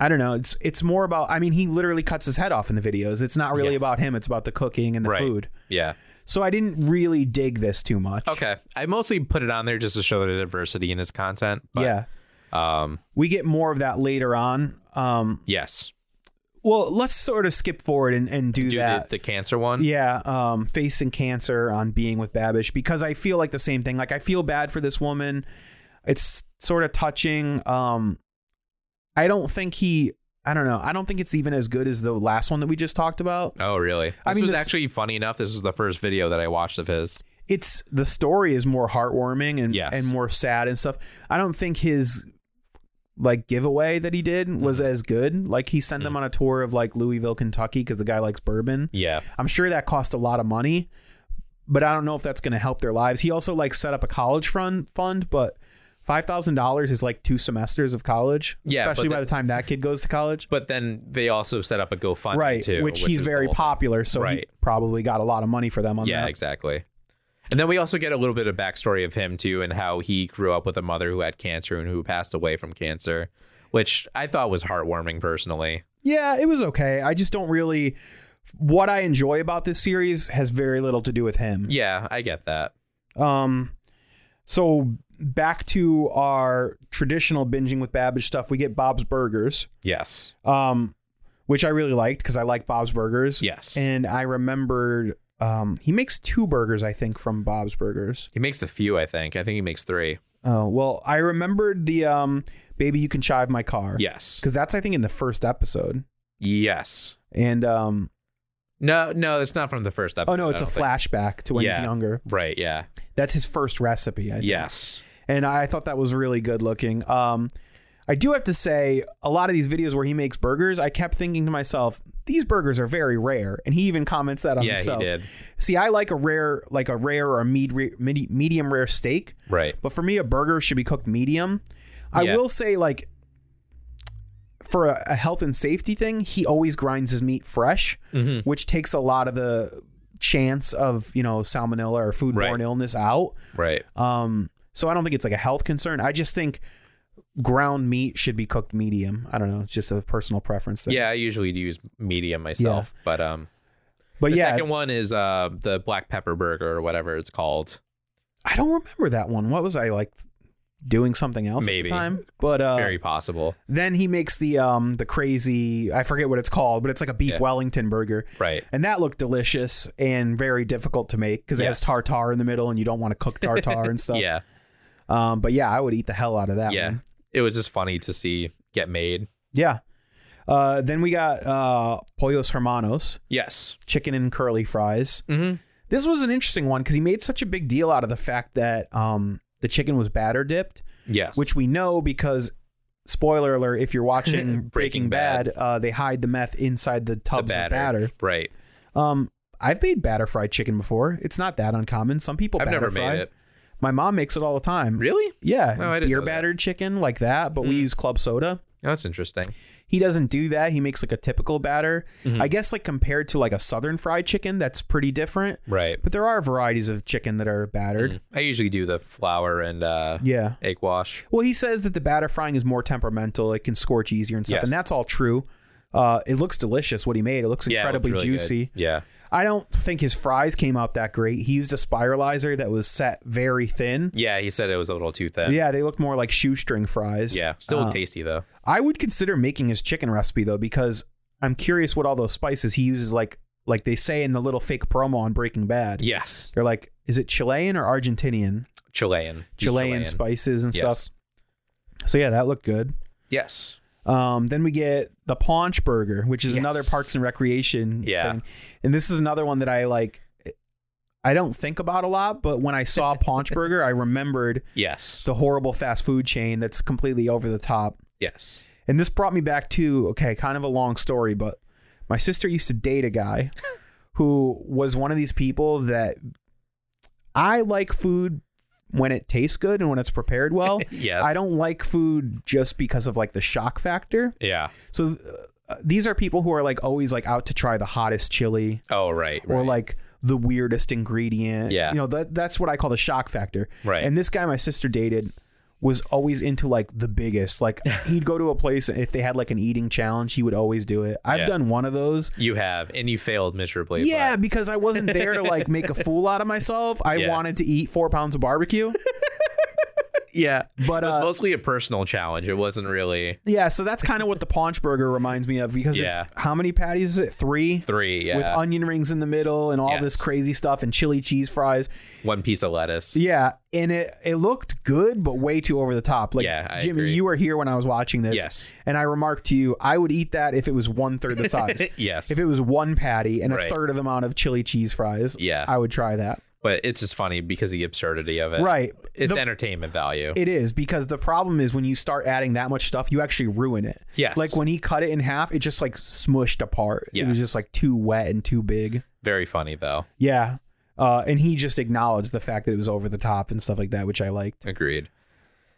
I don't know. It's it's more about I mean he literally cuts his head off in the videos. It's not really Yeah. about him, it's about the cooking and the Right. food. Yeah. So I didn't really dig this too much. Okay. I mostly put it on there just to show the diversity in his content. But, yeah. Um. We get more of that later on. Um Yes. well, let's sort of skip forward and, and do, Do that. the, the cancer one. yeah, um facing cancer on being with Babish because I feel like the same thing. Like I feel bad for this woman. It's sort of touching. Um I don't think he I don't know. I don't think it's even as good as the last one that we just talked about. Oh, really? This I mean, was this- actually funny enough. This was the first video that I watched of his. it's the story is more heartwarming and Yes. and more sad and stuff. I don't think his like giveaway that he did was Mm-hmm. as good. Like he sent them on a tour of like Louisville, Kentucky because the guy likes bourbon. Yeah. I'm sure that cost a lot of money, but I don't know if that's going to help their lives. He also like set up a college fund fund, but five thousand dollars is like two semesters of college. Yeah, but especially by the- the time that kid goes to college. But then they also set up a GoFundMe Right, too, which, is he's the very whole thing. popular, so he Right. probably got a lot of money for them on Yeah, that. exactly. And then we also get a little bit of backstory of him too, and how he grew up with a mother who had cancer and who passed away from cancer, which I thought was heartwarming personally. Yeah, it was okay. I just don't really. What I enjoy about this series has very little to do with him. Yeah, I get that. Um, so back to our traditional binging with Babbage stuff, we get Bob's Burgers, Yes. um, which I really liked because I like Bob's Burgers. Yes. and I remembered um, he makes two burgers, I think, from Bob's Burgers. He makes a few, I think. I think he makes three. Oh well, I remembered the um, baby, you can chive my car. Yes. because that's I think in the first episode, Yes. and um, No, no, it's not from the first episode. oh no, it's a a flashback to when he's Yeah. younger. Right, yeah. That's his first recipe. I think. Yes. And I thought that was really good looking. Um, I do have to say, a lot of these videos where he makes burgers, I kept thinking to myself, these burgers are very rare. And he even comments that on Yeah, he himself. did. See, I like a rare, like a rare or a med- re- medi- medium rare steak. Right. But for me, a burger should be cooked medium. I Yeah. will say, like, for a, a health and safety thing, he always grinds his meat fresh, Mm-hmm. which takes a lot of the chance of, you know, salmonella or foodborne Right. illness out. Right. Um, so I don't think it's like a health concern. I just think ground meat should be cooked medium. I don't know. It's just a personal preference. There. yeah, I usually do use medium myself, but um but the yeah, second one is uh the black pepper burger or whatever it's called. I don't remember that one. What was I like doing something else Maybe. at the time? But uh, Very possible. then he makes the um the crazy I forget what it's called, but it's like a beef Yeah. Wellington burger. Right. And that looked delicious and very difficult to make because it has Yes. tartar in the middle, and you don't want to cook tartar and stuff. yeah. Um, but yeah, I would eat the hell out of that. Yeah. One. It was just funny to see get made. Yeah. Uh, then we got uh, Pollos Hermanos, Yes. chicken and curly fries. Mhm. This was an interesting one because he made such a big deal out of the fact that um, the chicken was batter dipped, Yes. which we know because, spoiler alert, if you're watching Breaking, Breaking Bad, Bad. uh, they hide the meth inside the the tubs batter. of batter. Right. Um, I've made batter fried chicken before. It's not that uncommon. Some people I've batter never fry. made it. My mom makes it all the time. Really? Yeah, Oh, I didn't beer know that. Mm. battered chicken like that, but we use club soda. That's interesting. he doesn't do that. He makes like a typical batter. Mm-hmm. I guess like compared to like a southern fried chicken, that's pretty different. Right. Mm. But there are varieties of chicken that are battered. I usually do the flour and uh Yeah. egg wash. Well, he says that the batter frying is more temperamental. It can scorch easier and stuff, Yes. and that's all true. Uh, it looks delicious what he made. It looks Yeah, it looked incredibly really good. juicy. Yeah. I don't think his fries came out that great. He used a spiralizer that was set very thin. Yeah, he said it was a little too thin. Yeah, they look more like shoestring fries. Yeah. Still tasty though. I would consider making his chicken recipe though because I'm curious what all those spices he uses like like they say in the little fake promo on Breaking Bad. Yes. They're like is it Chilean or Argentinian? Chilean. He's Chilean, spices and Yes. stuff. So yeah, that looked good. Yes. Um, then we get the paunch burger, which is Yes. another Parks and Recreation Yeah. thing. And this is another one that I like I don't think about a lot, but when I saw paunch burger, I remembered Yes. the horrible fast food chain that's completely over the top. yes. And this brought me back to okay, kind of a long story, but my sister used to date a guy who was one of these people that I like food when it tastes good and when it's prepared well. Yes. I don't like food just because of like the shock factor. Yeah. So uh, these are people who are like always like out to try the hottest chili Oh, right. or right. like the weirdest ingredient. Yeah. You know, that that's what I call the shock factor. Right. And this guy my sister dated was always into like the biggest. Like he'd go to a place and if they had like an eating challenge, he would always do it. I've Yeah. done one of those. you have, and you failed miserably. but- Yeah, because I wasn't there to like make a fool out of myself. I Yeah. wanted to eat four pounds of barbecue. yeah. But It was uh, mostly a personal challenge. It wasn't really yeah, so that's kind of what the paunch burger reminds me of because Yeah. it's how many patties is it? Three? three. Yeah. With onion rings in the middle and all this Yes. crazy stuff and chili cheese fries. One piece of lettuce. Yeah, and it it looked good, but way too over the top. Like Yeah, I Jimmy, agree. you were here when I was watching this. Yes. and I remarked to you, I would eat that if it was one third the size. Yes. if it was one patty and a Right. third of the amount of chili cheese fries. Yeah. Uh, I would try that. but it's just funny because of the absurdity of it. Right. It's The- entertainment value. It is because the problem is when you start adding that much stuff, you actually ruin it. Yes. like when he cut it in half, it just like smushed apart. It was Yes. just like too wet and too big. Very funny though. Yeah. Uh, and he just acknowledged the fact that it was over the top and stuff like that, which I liked. Agreed.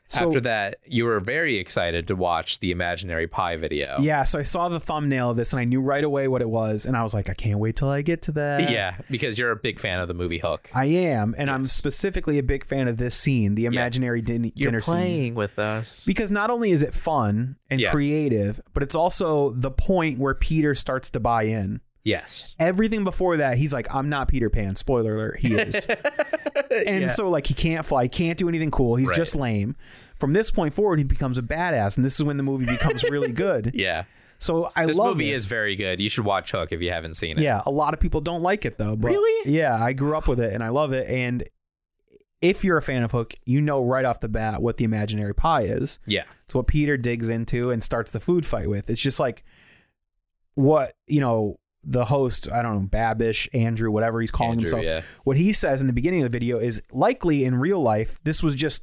So, After that, you were very excited to watch the imaginary pie video. Yeah, so I saw the thumbnail of this and I knew right away what it was, and I was like, I can't wait till I get to that. Yeah, because you're a big fan of the movie Hook. I am, and I'm specifically a big fan of this scene, the imaginary din- dinner scene. with us. Because not only is it fun and Yes. creative, but it's also the point where Peter starts to buy in. Yes. Everything before that, he's like, I'm not Peter Pan. Spoiler alert, he is. and so, like, he can't fly, can't do anything cool. He's Right. just lame. From this point forward, he becomes a badass, and this is when the movie becomes really good. Yeah. So I This love movie this. is very good. You should watch Hook if you haven't seen it. Yeah, a lot of people don't like it though. But Really? Yeah, I grew up with it and I love it. And if you're a fan of Hook, you know right off the bat what the imaginary pie is. Yeah. It's what Peter digs into and starts the food fight with. It's just like what, you know, the host, I don't know, Babish, Andrew, whatever he's calling Andrew, himself. yeah. What he says in the beginning of the video is likely in real life, this was just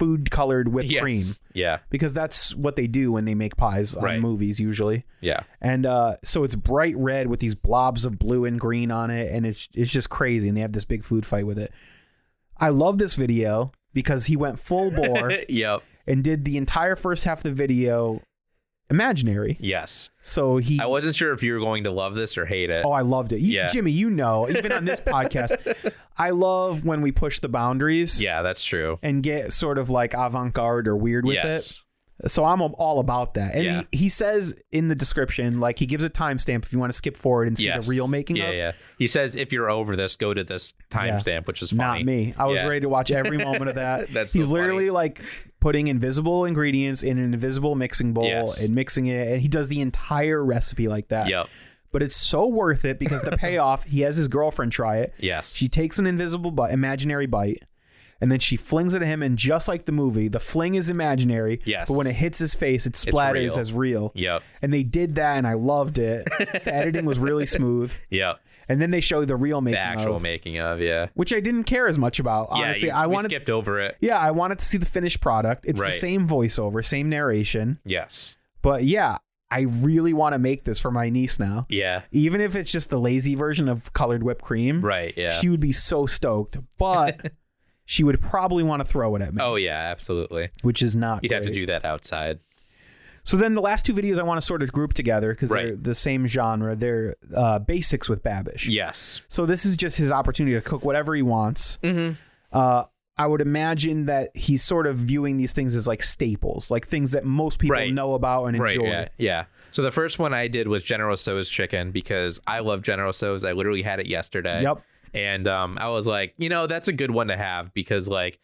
food colored whipped Yes. cream. Yeah. Because that's what they do when they make pies on Right. movies usually Yeah. and uh, so it's bright red with these blobs of blue and green on it, and it's it's just crazy. And they have this big food fight with it. I love this video because he went full bore Yep. and did the entire first half of the video imaginary. Yes. So he, I wasn't sure if you were going to love this or hate it. oh, I loved it, You- Yeah. Jimmy. You know, even on this podcast, I love when we push the boundaries Yeah, that's true. and get sort of like avant garde or weird with it. yes. So I'm all about that. And Yeah. he, he says in the description, like he gives a timestamp if you want to skip forward and see Yes. the real making yeah, of. Yeah, He says if you're over this, go to this timestamp, which is funny. Not me. I was Yeah. ready to watch every moment of that. That's so He's literally like putting invisible ingredients in an invisible mixing bowl Yes. and mixing it, and he does the entire recipe like that. Yep. But it's so worth it because the payoff. he has his girlfriend try it. Yes. She takes an invisible bite, imaginary bite, and then she flings it at him. And just like the movie, the fling is imaginary. Yes. But when it hits his face, it splatters real. as real. Yep. And they did that, and I loved it. the editing was really smooth. Yep. And then they show the real making The actual of, making of, yeah. which I didn't care as much about. Honestly, yeah, you- I we wanted skipped over it. yeah, I wanted to see the finished product. It's Right. the same voiceover, same narration, Yes. but yeah, I really want to make this for my niece now. Yeah. Even if it's just the lazy version of colored whipped cream, Right. Yeah. She would be so stoked, but she would probably want to throw it at me, oh yeah, absolutely. which is not. You'd have to great. do that outside. So then the last two videos I want to sort of group together because they're Right. the same genre. They're uh, basics with Babish. Yes. So this is just his opportunity to cook whatever he wants. Mm-hmm. Uh, I would imagine that he's sort of viewing these things as like staples, like things that most people Right. know about and Right. enjoy. Yeah. Yeah. So the first one I did was General So's chicken because I love General So's. I literally had it yesterday. Yep. And um, I was like, you know, that's a good one to have because like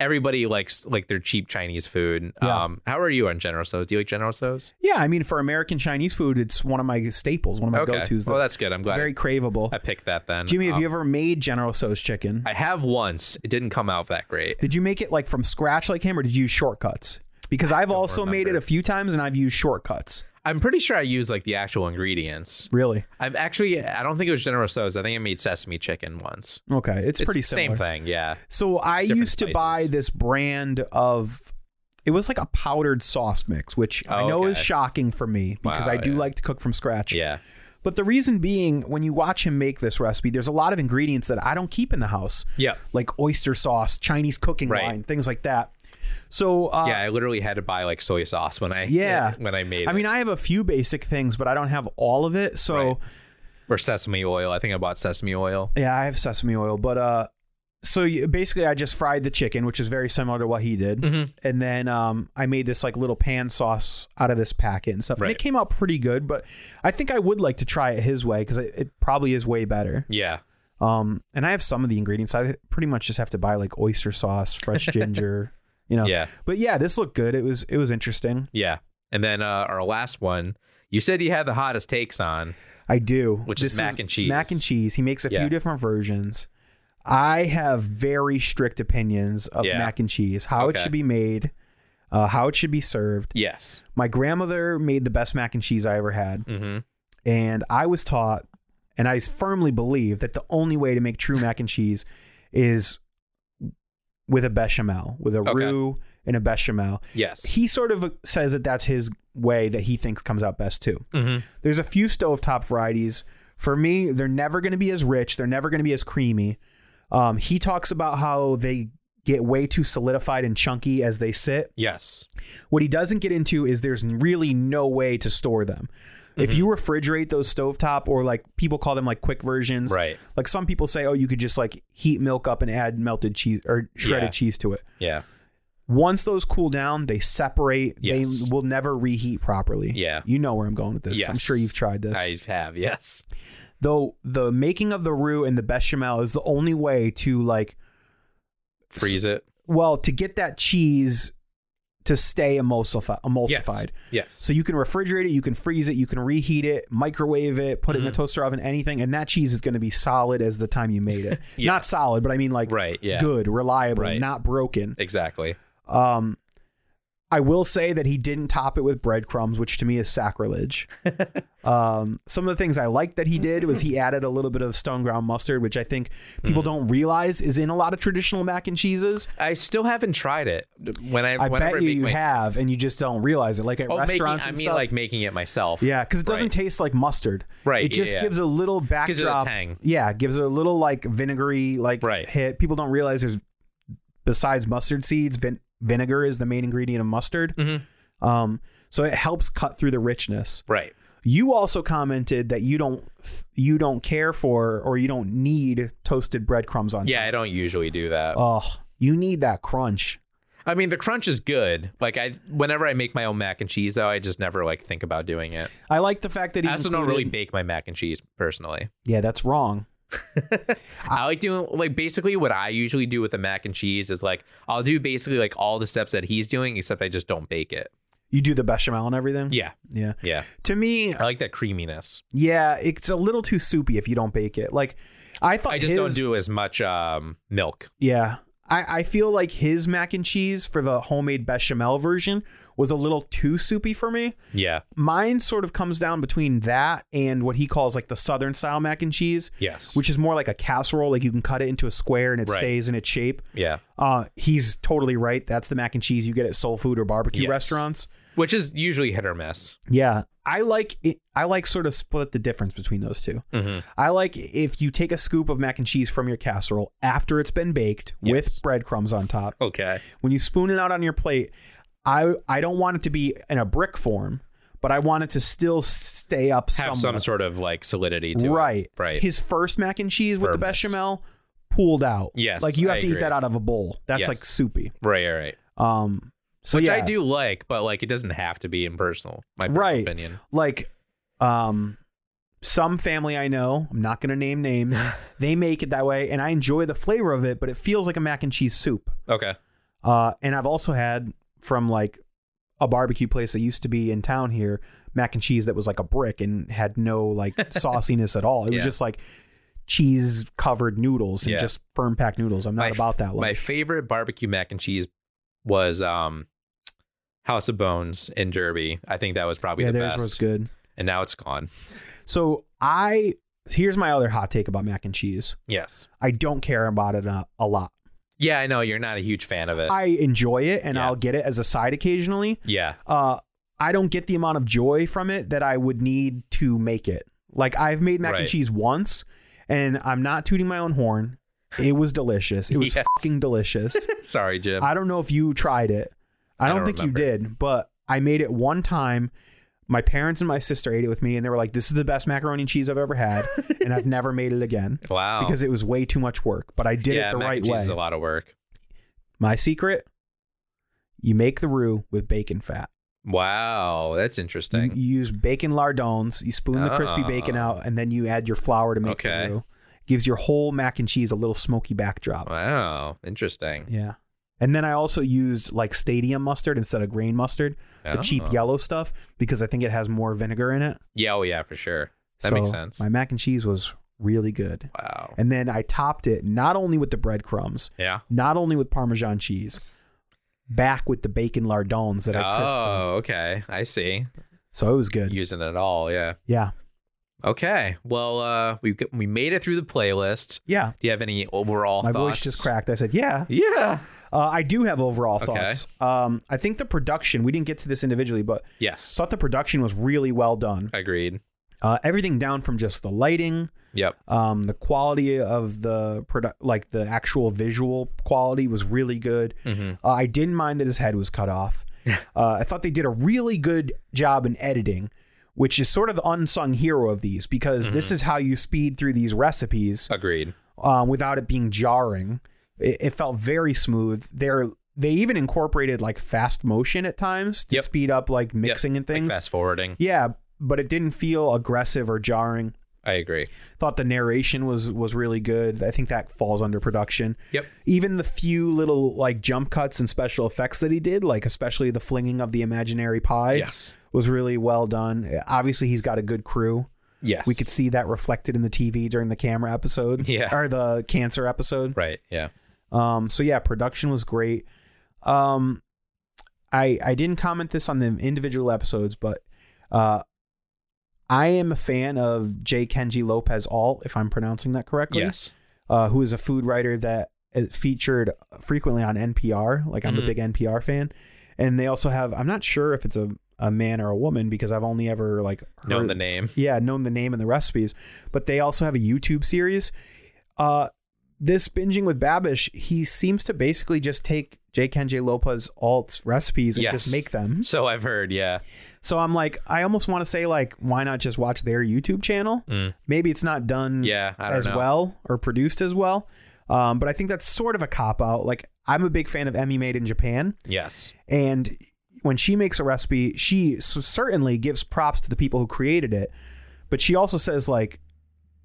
everybody likes like their cheap Chinese food. Yeah. Um, how are you on General So's? Do you like General So's? Yeah, I mean, for American Chinese food, it's one of my staples, one of my Okay. go-tos. Well, that's good. I'm it's glad very craveable. I picked that then. Jimmy, have Um, you ever made General So's chicken? I have once. It didn't come out that great. did you make it like from scratch like him, or did you use shortcuts? Because I've also made it remember. a few times, and I've used shortcuts. I'm pretty sure I used like the actual ingredients. Really? I've actually, I don't think it was General So's. I think I made sesame chicken once. Okay, it's, It's pretty the similar. Same thing. Yeah. So I different used to buy places. this brand of it was like a powdered sauce mix, which I Oh, know is okay. shocking for me because Wow, I do yeah. like to cook from scratch. Yeah. But the reason being, when you watch him make this recipe, there's a lot of ingredients that I don't keep in the house. Yeah. Like oyster sauce, Chinese cooking Right. line, things like that. So uh, yeah, I literally had to buy like soy sauce when I yeah. when I made I it. mean, I have a few basic things, but I don't have all of it. So Right. or sesame oil. I think I bought sesame oil. yeah, I have sesame oil, but uh, so you, basically, I just fried the chicken, which is very similar to what he did, Mm-hmm. and then um, I made this like little pan sauce out of this packet and stuff, and Right. it came out pretty good. But I think I would like to try it his way because it, it probably is way better. Yeah. Um, and I have some of the ingredients. I pretty much just have to buy like oyster sauce, fresh ginger, you know. Yeah. But yeah, this looked good. It was it was interesting. Yeah. And then uh, our last one, you said you had the hottest takes on. I do. Which is This mac and cheese. Mac and cheese. He makes a Yeah. few different versions. I have very strict opinions of Yeah. mac and cheese, how it Okay. should be made, uh, how it should be served. Yes. My grandmother made the best mac and cheese I ever had, Mm-hmm. and I was taught, and I firmly believe that the only way to make true mac and cheese is with a bechamel, with a Okay. roux and a bechamel. Yes. He sort of says that that's his way that he thinks comes out best too. hmm There's a few stovetop varieties. For me, they're never going to be as rich. They're never going to be as creamy. Um, he talks about how they get way too solidified and chunky as they sit. Yes. What he doesn't get into is there's really no way to store them. Mm-hmm. If you refrigerate those stovetop or like people call them like quick versions, Right. Like some people say, oh, you could just like heat milk up and add melted cheese or shredded Yeah. cheese to it. Yeah. Once those cool down, they separate. Yes. They will never reheat properly. Yeah. You know where I'm going with this. I'm Yes. sure you've tried this I have. Yes. though the making of the roux and the bechamel is the only way to like Freeze it. well to get that cheese to stay emulsifi- Yes. emulsified Yes. so you can refrigerate it you can freeze it you can reheat it microwave it put it Mm-hmm. in a toaster oven anything and that cheese is going to be solid as the time you made it Yeah. not solid but i mean like Right, yeah. good reliable Right. not broken Exactly. um I will say that he didn't top it with breadcrumbs, which to me is sacrilege. um, some of the things I liked that he did was he added a little bit of stone ground mustard, which I think people Hmm. don't realize is in a lot of traditional mac and cheeses. I still haven't tried it. When I, I whenever bet you make you my- have, and you just don't realize it. Like at Oh, making, restaurants I and mean, stuff. like making it myself. yeah, because it doesn't Right. taste like mustard. Right, It yeah, just yeah. gives a little backdrop. Gives it a tang. Yeah, gives it a little like vinegary like Right. hit. People don't realize there's besides mustard seeds, vin- vinegar is the main ingredient of mustard. Mm-hmm. Um, so it helps cut through the richness. Right. You also commented that you don't you don't care for or you don't need toasted breadcrumbs on. Yeah, I don't usually do that. Oh, you need that crunch. I mean, the crunch is good. Like I, whenever I make my own mac and cheese, though, I just never like think about doing it. I like the fact that he I also don't really included- bake my mac and cheese personally. Yeah, that's wrong. I like doing like basically what I usually do with the mac and cheese is like I'll do basically like all the steps that he's doing, except I just don't bake it. You do the bechamel and everything. Yeah, Yeah. yeah. To me, I like that creaminess. yeah, it's a little too soupy if you don't bake it. Like I thought I just his- don't do as much um, milk. Yeah. I, I feel like his mac and cheese for the homemade bechamel version was a little too soupy for me. Yeah. Mine sort of comes down between that and what he calls like the southern style mac and cheese, Yes. which is more like a casserole. Like you can cut it into a square and it Right. stays in its shape. yeah. Uh, he's totally right. That's the mac and cheese you get at soul food or barbecue Yes. restaurants. Which is usually hit or miss. Yeah, I like it. I like sort of split the difference between those 2 Mm-hmm. I like if you take a scoop of mac and cheese from your casserole after it's been baked Yes. with breadcrumbs on top. Okay. When you spoon it out on your plate, I I don't want it to be in a brick form, but I want it to still stay up Have some somewhat. sort of like solidity to right, it. Right. His first mac and cheese with the Firmness. bechamel pulled out. Yes, like you I have to agree. eat that out of a bowl. That's Yes. like soupy. right. Right. Right. Um, so Which yeah, I do like, but like it doesn't have to be in personal. My personal Right. opinion. like um some family I know, I'm not going to name names, they make it that way and I enjoy the flavor of it, but it feels like a mac and cheese soup. Okay. Uh and I've also had from like a barbecue place that used to be in town here, mac and cheese that was like a brick and had no like sauciness at all. It was Yeah. just like cheese covered noodles and Yeah. just firm packed noodles. I'm not My f- about that My life. favorite barbecue mac and cheese was um House of Bones in Derby. I think that was probably yeah, the theirs best. was good. And now it's gone. So I here's my other hot take about mac and cheese. Yes. I don't care about it a, a lot. Yeah, I know you're not a huge fan of it. I enjoy it and Yeah. I'll get it as a side occasionally. yeah. Uh, I don't get the amount of joy from it that I would need to make it. Like I've made mac Right. and cheese once, and I'm not tooting my own horn. It was delicious. It was Yes. fucking delicious. Sorry, Jim. I don't know if you tried it. I don't, don't think remember. you did, but I made it one time. My parents and my sister ate it with me, and they were like, "This is the best macaroni and cheese I've ever had," and I've never made it again wow. because it was way too much work. But I did Oh. yeah, it the mac right and cheese way. is a lot of work. My secret: you make the roux with bacon fat. Wow, that's You, interesting. you use bacon lardones. You spoon the crispy bacon Ah. out, and then you add your flour to make Okay. the roux. Gives your whole mac and cheese a little smoky backdrop. Wow, interesting. Yeah. And then I also used like stadium mustard instead of grain mustard, the cheap Oh. yellow stuff, because I think it has more vinegar in it. Yeah, oh yeah, for sure. That makes So sense. My mac and cheese was really good. wow. And then I topped it not only with the breadcrumbs, Yeah. not only with Parmesan cheese, back with the bacon lardones that I crisped. on. Oh, okay. I see. So it was good. Using it all, yeah. yeah. Okay. Well, uh we we made it through the playlist. Yeah. Do you have any overall My thoughts? voice just cracked. I said, yeah. Yeah. Uh, I do have overall Okay. thoughts. Um, I think the production, we didn't get to this individually, but Yes. thought the production was really well done. Agreed. Uh, everything down from just the lighting, Yep. um, the quality of the product, like the actual visual quality, was really good. Mm-hmm. Uh, I didn't mind that his head was cut off. uh, I thought they did a really good job in editing, which is sort of the unsung hero of these because Mm-hmm. this is how you speed through these recipes Agreed. um, without it being jarring. It, it felt very smooth. They're they even incorporated like fast motion at times to Yep. speed up like Yep. mixing and Like things. fast forwarding. Yeah, but it didn't feel aggressive or jarring. I agree. Thought the narration was was really good. I think that falls under production. Yep. Even the few little like jump cuts and special effects that he did, like especially the flinging of the imaginary pie, Yes. was really well done. Obviously, he's got a good crew. Yes. We could see that reflected in the TV during the camera episode, Yeah. or the cancer episode. Right. Yeah. Um, so yeah, production was great. Um, I I didn't comment this on the individual episodes, but uh, I am a fan of J. Kenji Lopez Alt, if I'm pronouncing that correctly. Yes. Uh, who is a food writer that is featured frequently on NPR. Like I'm Mhm. a big NPR fan, and they also have. I'm not sure if it's a a man or a woman because I've only ever like heard, Known the name. yeah known the name and the recipes but they also have a youtube series uh this binging with babish he seems to basically just take J. Kenji Lopez alt's recipes and Yes. just make them. So I've heard, yeah. So I'm like, I almost want to say like, why not just watch their YouTube channel? Maybe it's not done Mm. Yeah, I don't as know. well or produced as well. Um, but I think that's sort of a cop out. Like I'm a big fan of Emmy Made in Japan, Yes. and when she makes a recipe she s- certainly gives props to the people who created it but she also says like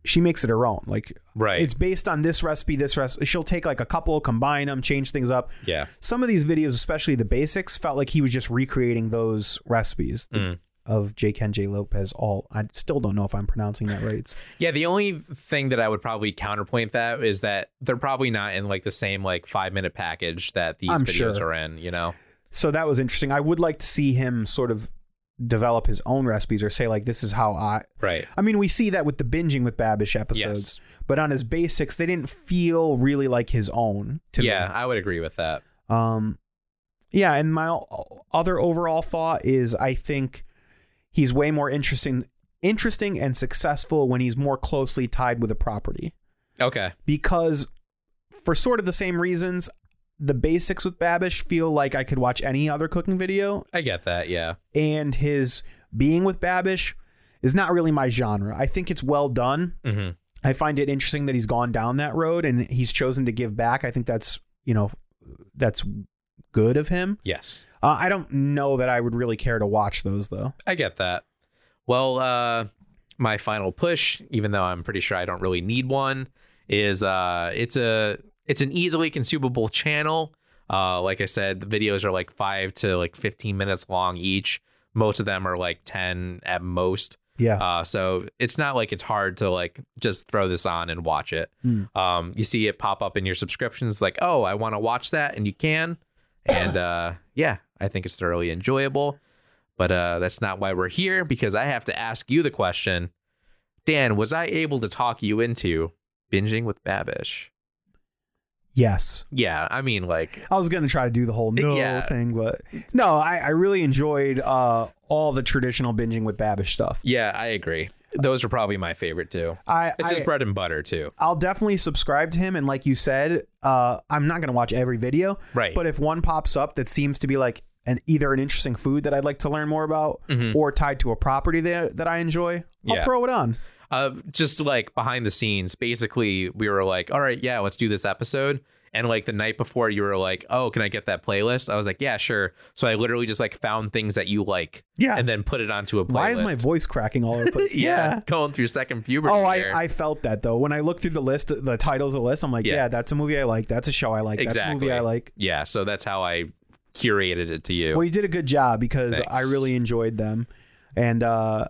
she makes it her own like Right. it's based on this recipe this recipe she'll take like a couple combine them change things up Yeah. some of these videos especially the basics felt like he was just recreating those recipes Mm. of J. Ken J. Lopez all I still don't know if I'm pronouncing that right It's- Yeah, the only thing that I would probably counterpoint that is that they're probably not in like the same like five minute package that these I'm videos sure. are in, you know? so that was interesting I would like to see him sort of develop his own recipes or say like this is how I Right. I mean, we see that with the binging with Babish episodes, but on his basics, they didn't feel really like his own to yeah, me. I would agree with that. Um, yeah, and my o- other overall thought is I think he's way more interesting, interesting and successful when he's more closely tied with a property Okay. because for sort of the same reasons, the basics with Babish feel like I could watch any other cooking video I get that. Yeah. and his being with Babish is not really my genre. I think it's well done. Mhm. I find it interesting that he's gone down that road and he's chosen to give back. I think that's you know that's good of him. Yes. Uh, I don't know that I would really care to watch those though. I get that. Well, uh my final push, even though I'm pretty sure I don't really need one, is uh it's a it's an easily consumable channel. Uh like I said, the videos are like 5 to like 15 minutes long each. Most of them are like 10 at most. Yeah, Uh, so it's not like it's hard to like just throw this on and watch it. Hmm. Um, you see it pop up in your subscriptions, like, oh, I want to watch that, and you can. And uh, yeah, I think it's thoroughly enjoyable. But uh, that's not why we're here because I have to ask you the question, Dan. Was I able to talk you into binging with Babish? yes. Yeah, I mean, like, I was gonna try to do the whole no Yeah. thing, but no, I, I really enjoyed uh, all the traditional binging with Babish stuff. yeah, I agree. those are probably my favorite too. I, It's I- just bread and butter too. I'll definitely subscribe to him. And like you said, uh, I'm not going to watch every video. Right. But if one pops up that seems to be like an either an interesting food that I'd like to learn more about or tied to a property that, that I enjoy, I'll Mm-hmm. Yeah. throw it on. Uh, just like behind the scenes, basically, we were like, all right, yeah, let's do this episode. And like the night before, you were like, oh, can I get that playlist? I was like, yeah, sure. So I literally just like found things that you like. Yeah. And then put it onto a playlist. Why is my voice cracking all over the place? yeah, going through second puberty. Oh, there. I, I felt that though. When I looked through the list, the titles of the list, I'm like, yeah, Yeah. that's a movie I like. That's a show I like. That's a movie I like. Yeah, so that's how I curated it to you. Well, you did a good job because Thanks. I really enjoyed them, and uh,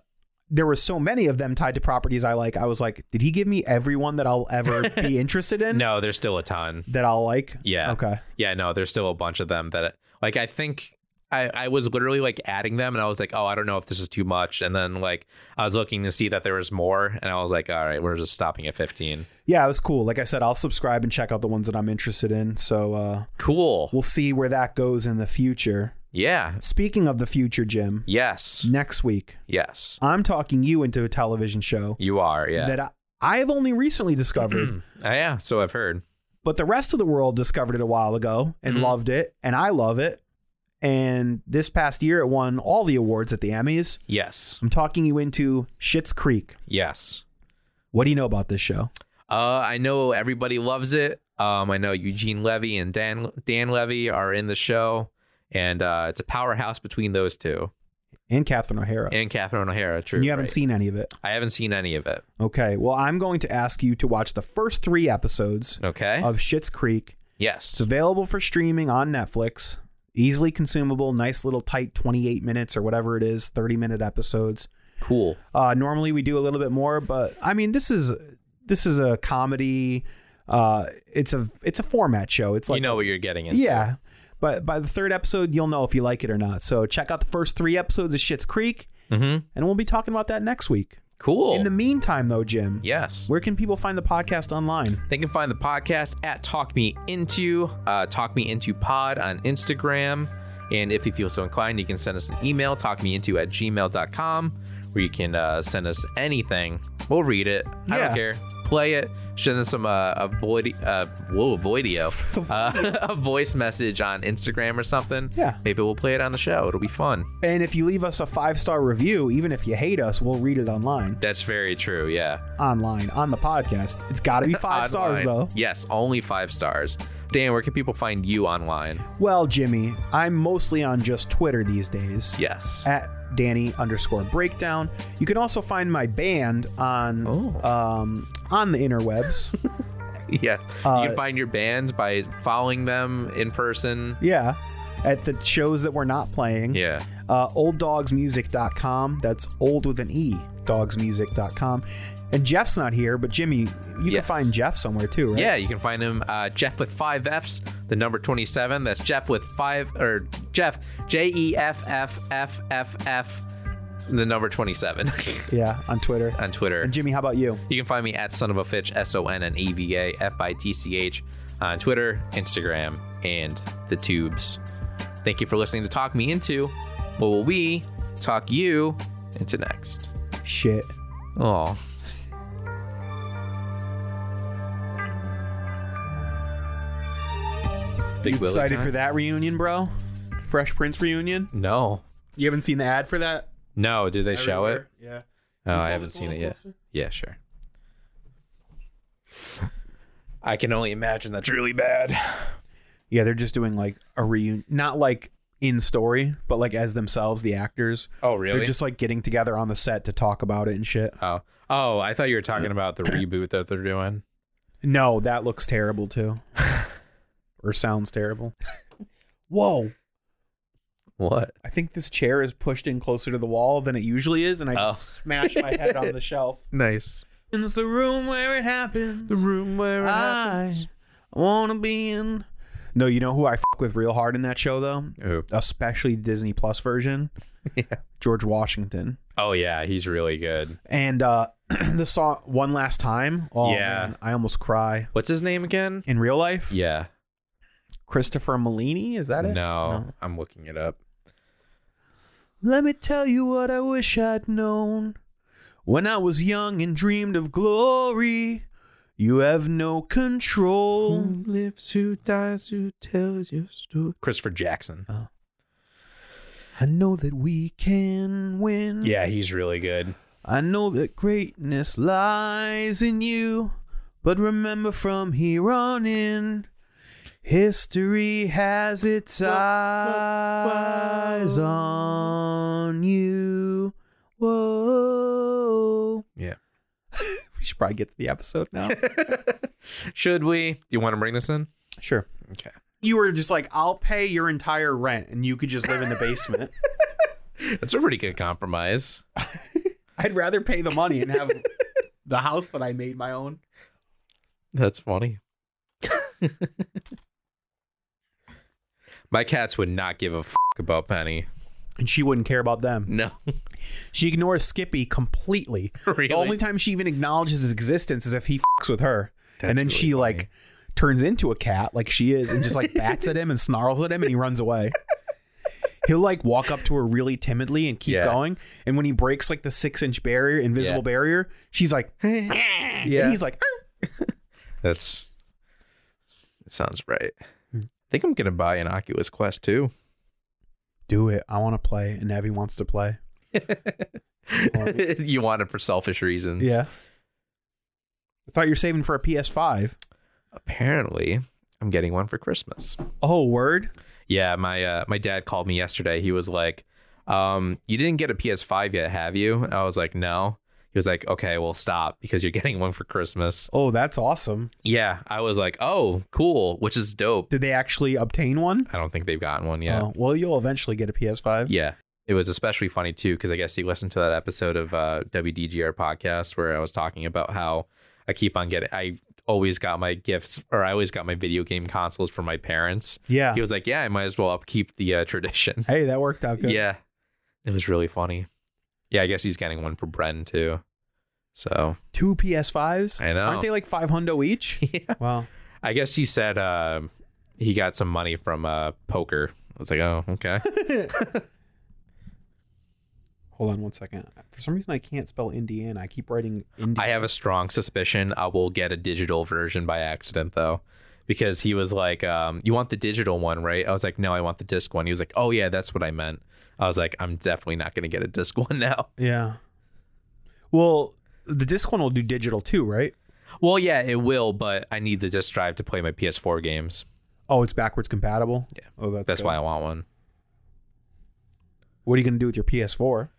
there were so many of them tied to properties I like. I was like, did he give me everyone that I'll ever be interested in? no, there's still a ton. that I'll like. Yeah. Okay. Yeah, no, there's still a bunch of them that like I think I, I was literally like adding them and I was like, oh, I don't know if this is too much. And then like I was looking to see that there was more and I was like, all right, we're just stopping at 15. Yeah, it was cool. Like I said, I'll subscribe and check out the ones that I'm interested in. So uh, Cool. we'll see where that goes in the future. Yeah. Speaking of the future, Jim, Yes. next week Yes. I'm talking you into a television show You are. Yeah. that I, I have only recently discovered, Uh, yeah. So I've heard. but the rest of the world discovered it a while ago and Mm-hmm. loved it, and I love it. And this past year, it won all the awards at the Emmys. Yes. I'm talking you into Schitt's Creek. Yes. What do you know about this show? Uh, I know everybody loves it. Um, I know Eugene Levy and Dan Dan Levy are in the show, and uh, it's a powerhouse between those two And Catherine O'Hara. and Catherine O'Hara. True, And you haven't right. seen any of it. I haven't seen any of it. Okay. Well, I'm going to ask you to watch the first three episodes Okay. of Schitt's Creek. It's yes. available for streaming on Netflix. Easily consumable, nice little tight 28 minutes or whatever it is, 30 minute episodes. Cool. Uh, normally we do a little bit more, but I mean this is this is a comedy. Uh, it's a it's a format show. It's like you know what you're getting into. yeah. But by the third episode, you'll know if you like it or not. So check out the first three episodes of Shit's Creek, Mhm. and we'll be talking about that next week. Cool. In the meantime, though, Jim, yes. where can people find the podcast online? They can find the podcast at Talk Me Into, uh, Talk Me Into Pod on Instagram. And if you feel so inclined, you can send us an email, talkmeinto at gmail.com, where you can uh, send us anything. We'll read it. I Yeah. don't care. Play it. Send us some uh, avoid, uh, whoa, avoidio, uh, a voice message on Instagram or something. Yeah. Maybe we'll play it on the show. It'll be fun. And if you leave us a five star review, even if you hate us, we'll read it online. That's very true. Yeah. Online, on the podcast. It's got to be five stars, Online. though. Yes, only five stars. Dan, where can people find you online? Well, Jimmy, I'm mostly on just Twitter these days. Yes. at Danny underscore breakdown. You can also find my band on Oh. um, on the interwebs. Yeah. Uh, you can find your band by following them in person. yeah. At the shows that we're not playing. Yeah. Uh, olddogsmusic.com. That's old with an E. Dogsmusic.com. And Jeff's not here, but Jimmy, you can Yes. find Jeff somewhere too, right? Yeah, you can find him uh, Jeff with five F's, the number twenty-seven. That's Jeff with five or Jeff J E F F F F F, the number twenty-seven Yeah, on Twitter. on Twitter. And Jimmy, how about you? You can find me at Son of a Fitch S O N N E V A F I T C H on Twitter, Instagram, and the Tubes. Thank you for listening to Talk Me Into. What will we talk you into next? Shit. Oh. Big Willie Excited time? for that reunion, bro? Fresh Prince reunion? No. You haven't seen the ad for that? No, did they show it? Yeah. Oh, I haven't seen it yet. Yeah, sure. I can only imagine that's really bad. Yeah, they're just doing like a reunion, not like in story, but like as themselves, the actors. Oh, really? They're just like getting together on the set to talk about it and shit. Oh, oh! I thought you were talking about the reboot that they're doing. No, that looks terrible too, or sounds terrible. Whoa! What? I think this chair is pushed in closer to the wall than it usually is, and I Oh. just smashed my head on the shelf. Nice. It's the room where it happens. room where I wanna be in. No, you know who I fuck with real hard in that show though, especially the Disney Plus version. Yeah. George Washington. Oh yeah, he's really good. And uh the song One Last Time. Oh Yeah. man, I almost cry. What's his name again? In real life? Yeah. Christopher Molini, is that No, it? I'm looking it up. Let me tell you what I wish I'd known When I was young and dreamed of glory, you have no control. Who lives, who dies, who tells your story? Christopher Jackson. I know that we can win. Yeah, he's really good. I know that greatness lies in you, but remember from here on in, history has its eyes on you. Whoa. Yeah. We should probably get to the episode now. Should we? Do you want to bring this in? sure. Okay. You were just like, I'll pay your entire rent and you could just live in the basement. That's a pretty good compromise. I'd rather pay the money and have the house that I made my own. That's funny. My cats would not give a f- about Penny. And she wouldn't care about them. No. She ignores Skippy completely. Really? The only time she even acknowledges his existence is if he fucks with her. That's and then really she like turns into a cat like she is and just like bats at him and snarls at him and he runs away. He'll like walk up to her really timidly and keep Yeah. going. And when he breaks like the six inch barrier, invisible Yeah. barrier, she's like, and Yeah. he's like, "Ah." That's. That sounds right. I think I'm gonna buy an Oculus Quest too. do it. I want to play. And Abby wants to play. you want it for selfish reasons. I thought you were saving for a PS5. Apparently, I'm getting one for Christmas. Oh, word. Yeah, my uh, my dad called me yesterday. He was like, um, "You didn't get a PS5 yet, have you?" And I was like, "No." He was like, "Okay, well, stop because you're getting one for Christmas." Oh, that's awesome. Yeah, I was like, "Oh, cool," which is dope. Did they actually obtain one? I don't think they've gotten one yet. Oh, well, you'll eventually get a PS5. Yeah. It was especially funny too because I guess he listened to that episode of uh, WDGR podcast where I was talking about how I keep on getting, I always got my gifts or I always got my video game consoles from my parents. Yeah. He was like, "Yeah, I might as well upkeep the uh, tradition." Hey, that worked out good. Yeah, it was really funny. Yeah, I guess he's getting one for Bren too. So Two PS5s. I know. Aren't they like five hundo each? yeah, wow. I guess he said uh, he got some money from uh, poker. I was like, "Oh, okay." Hold on one second. For some reason, I can't spell Indiana. I keep writing Indiana. I have a strong suspicion I will get a digital version by accident though. Because he was like, um, you want the digital one, right? I was like, no, I want the disc one. He was like, oh yeah, that's what I meant. I was like, I'm definitely not going to get a disc one now. yeah. Well, the disc one will do digital too, right? Well, yeah, it will, but I need the disc drive to play my PS4 games. Oh, it's backwards compatible. Yeah. Oh, that's That's good. why I want one. What are you gonna do with your PS4?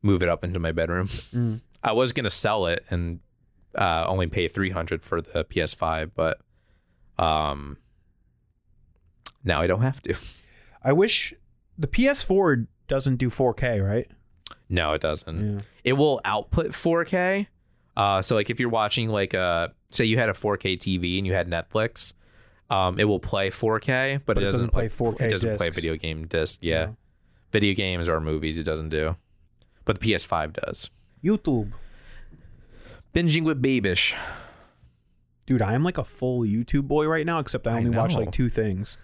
Move it up into my bedroom. I was going to sell it and uh, only pay 300 for the PS5, but um, now I don't have to. I wish the PS4 doesn't do 4K, right? No, it doesn't. It will output 4K. Uh, so like if you're watching like uh say you had a 4K TV and you had Netflix, um, it will play 4K, but, it, doesn't play like, 4K It doesn't play discs. video game disc. Yeah. Yeah. video games or movies it doesn't do, but the PS5 does. YouTube. Binging with Babish. Dude, I am like a full YouTube boy right now, except I only watch know. like two things.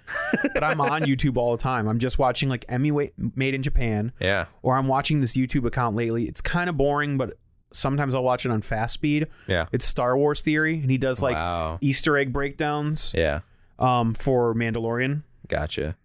but I'm on YouTube all the time. I'm just watching like Emmy Wa- Made in Japan, Yeah, or I'm watching this YouTube account lately. It's kind of boring, but sometimes I'll watch it on fast speed. yeah, It's Star Wars Theory, and he does like Wow. Easter egg breakdowns yeah. um, for Mandalorian. Gotcha.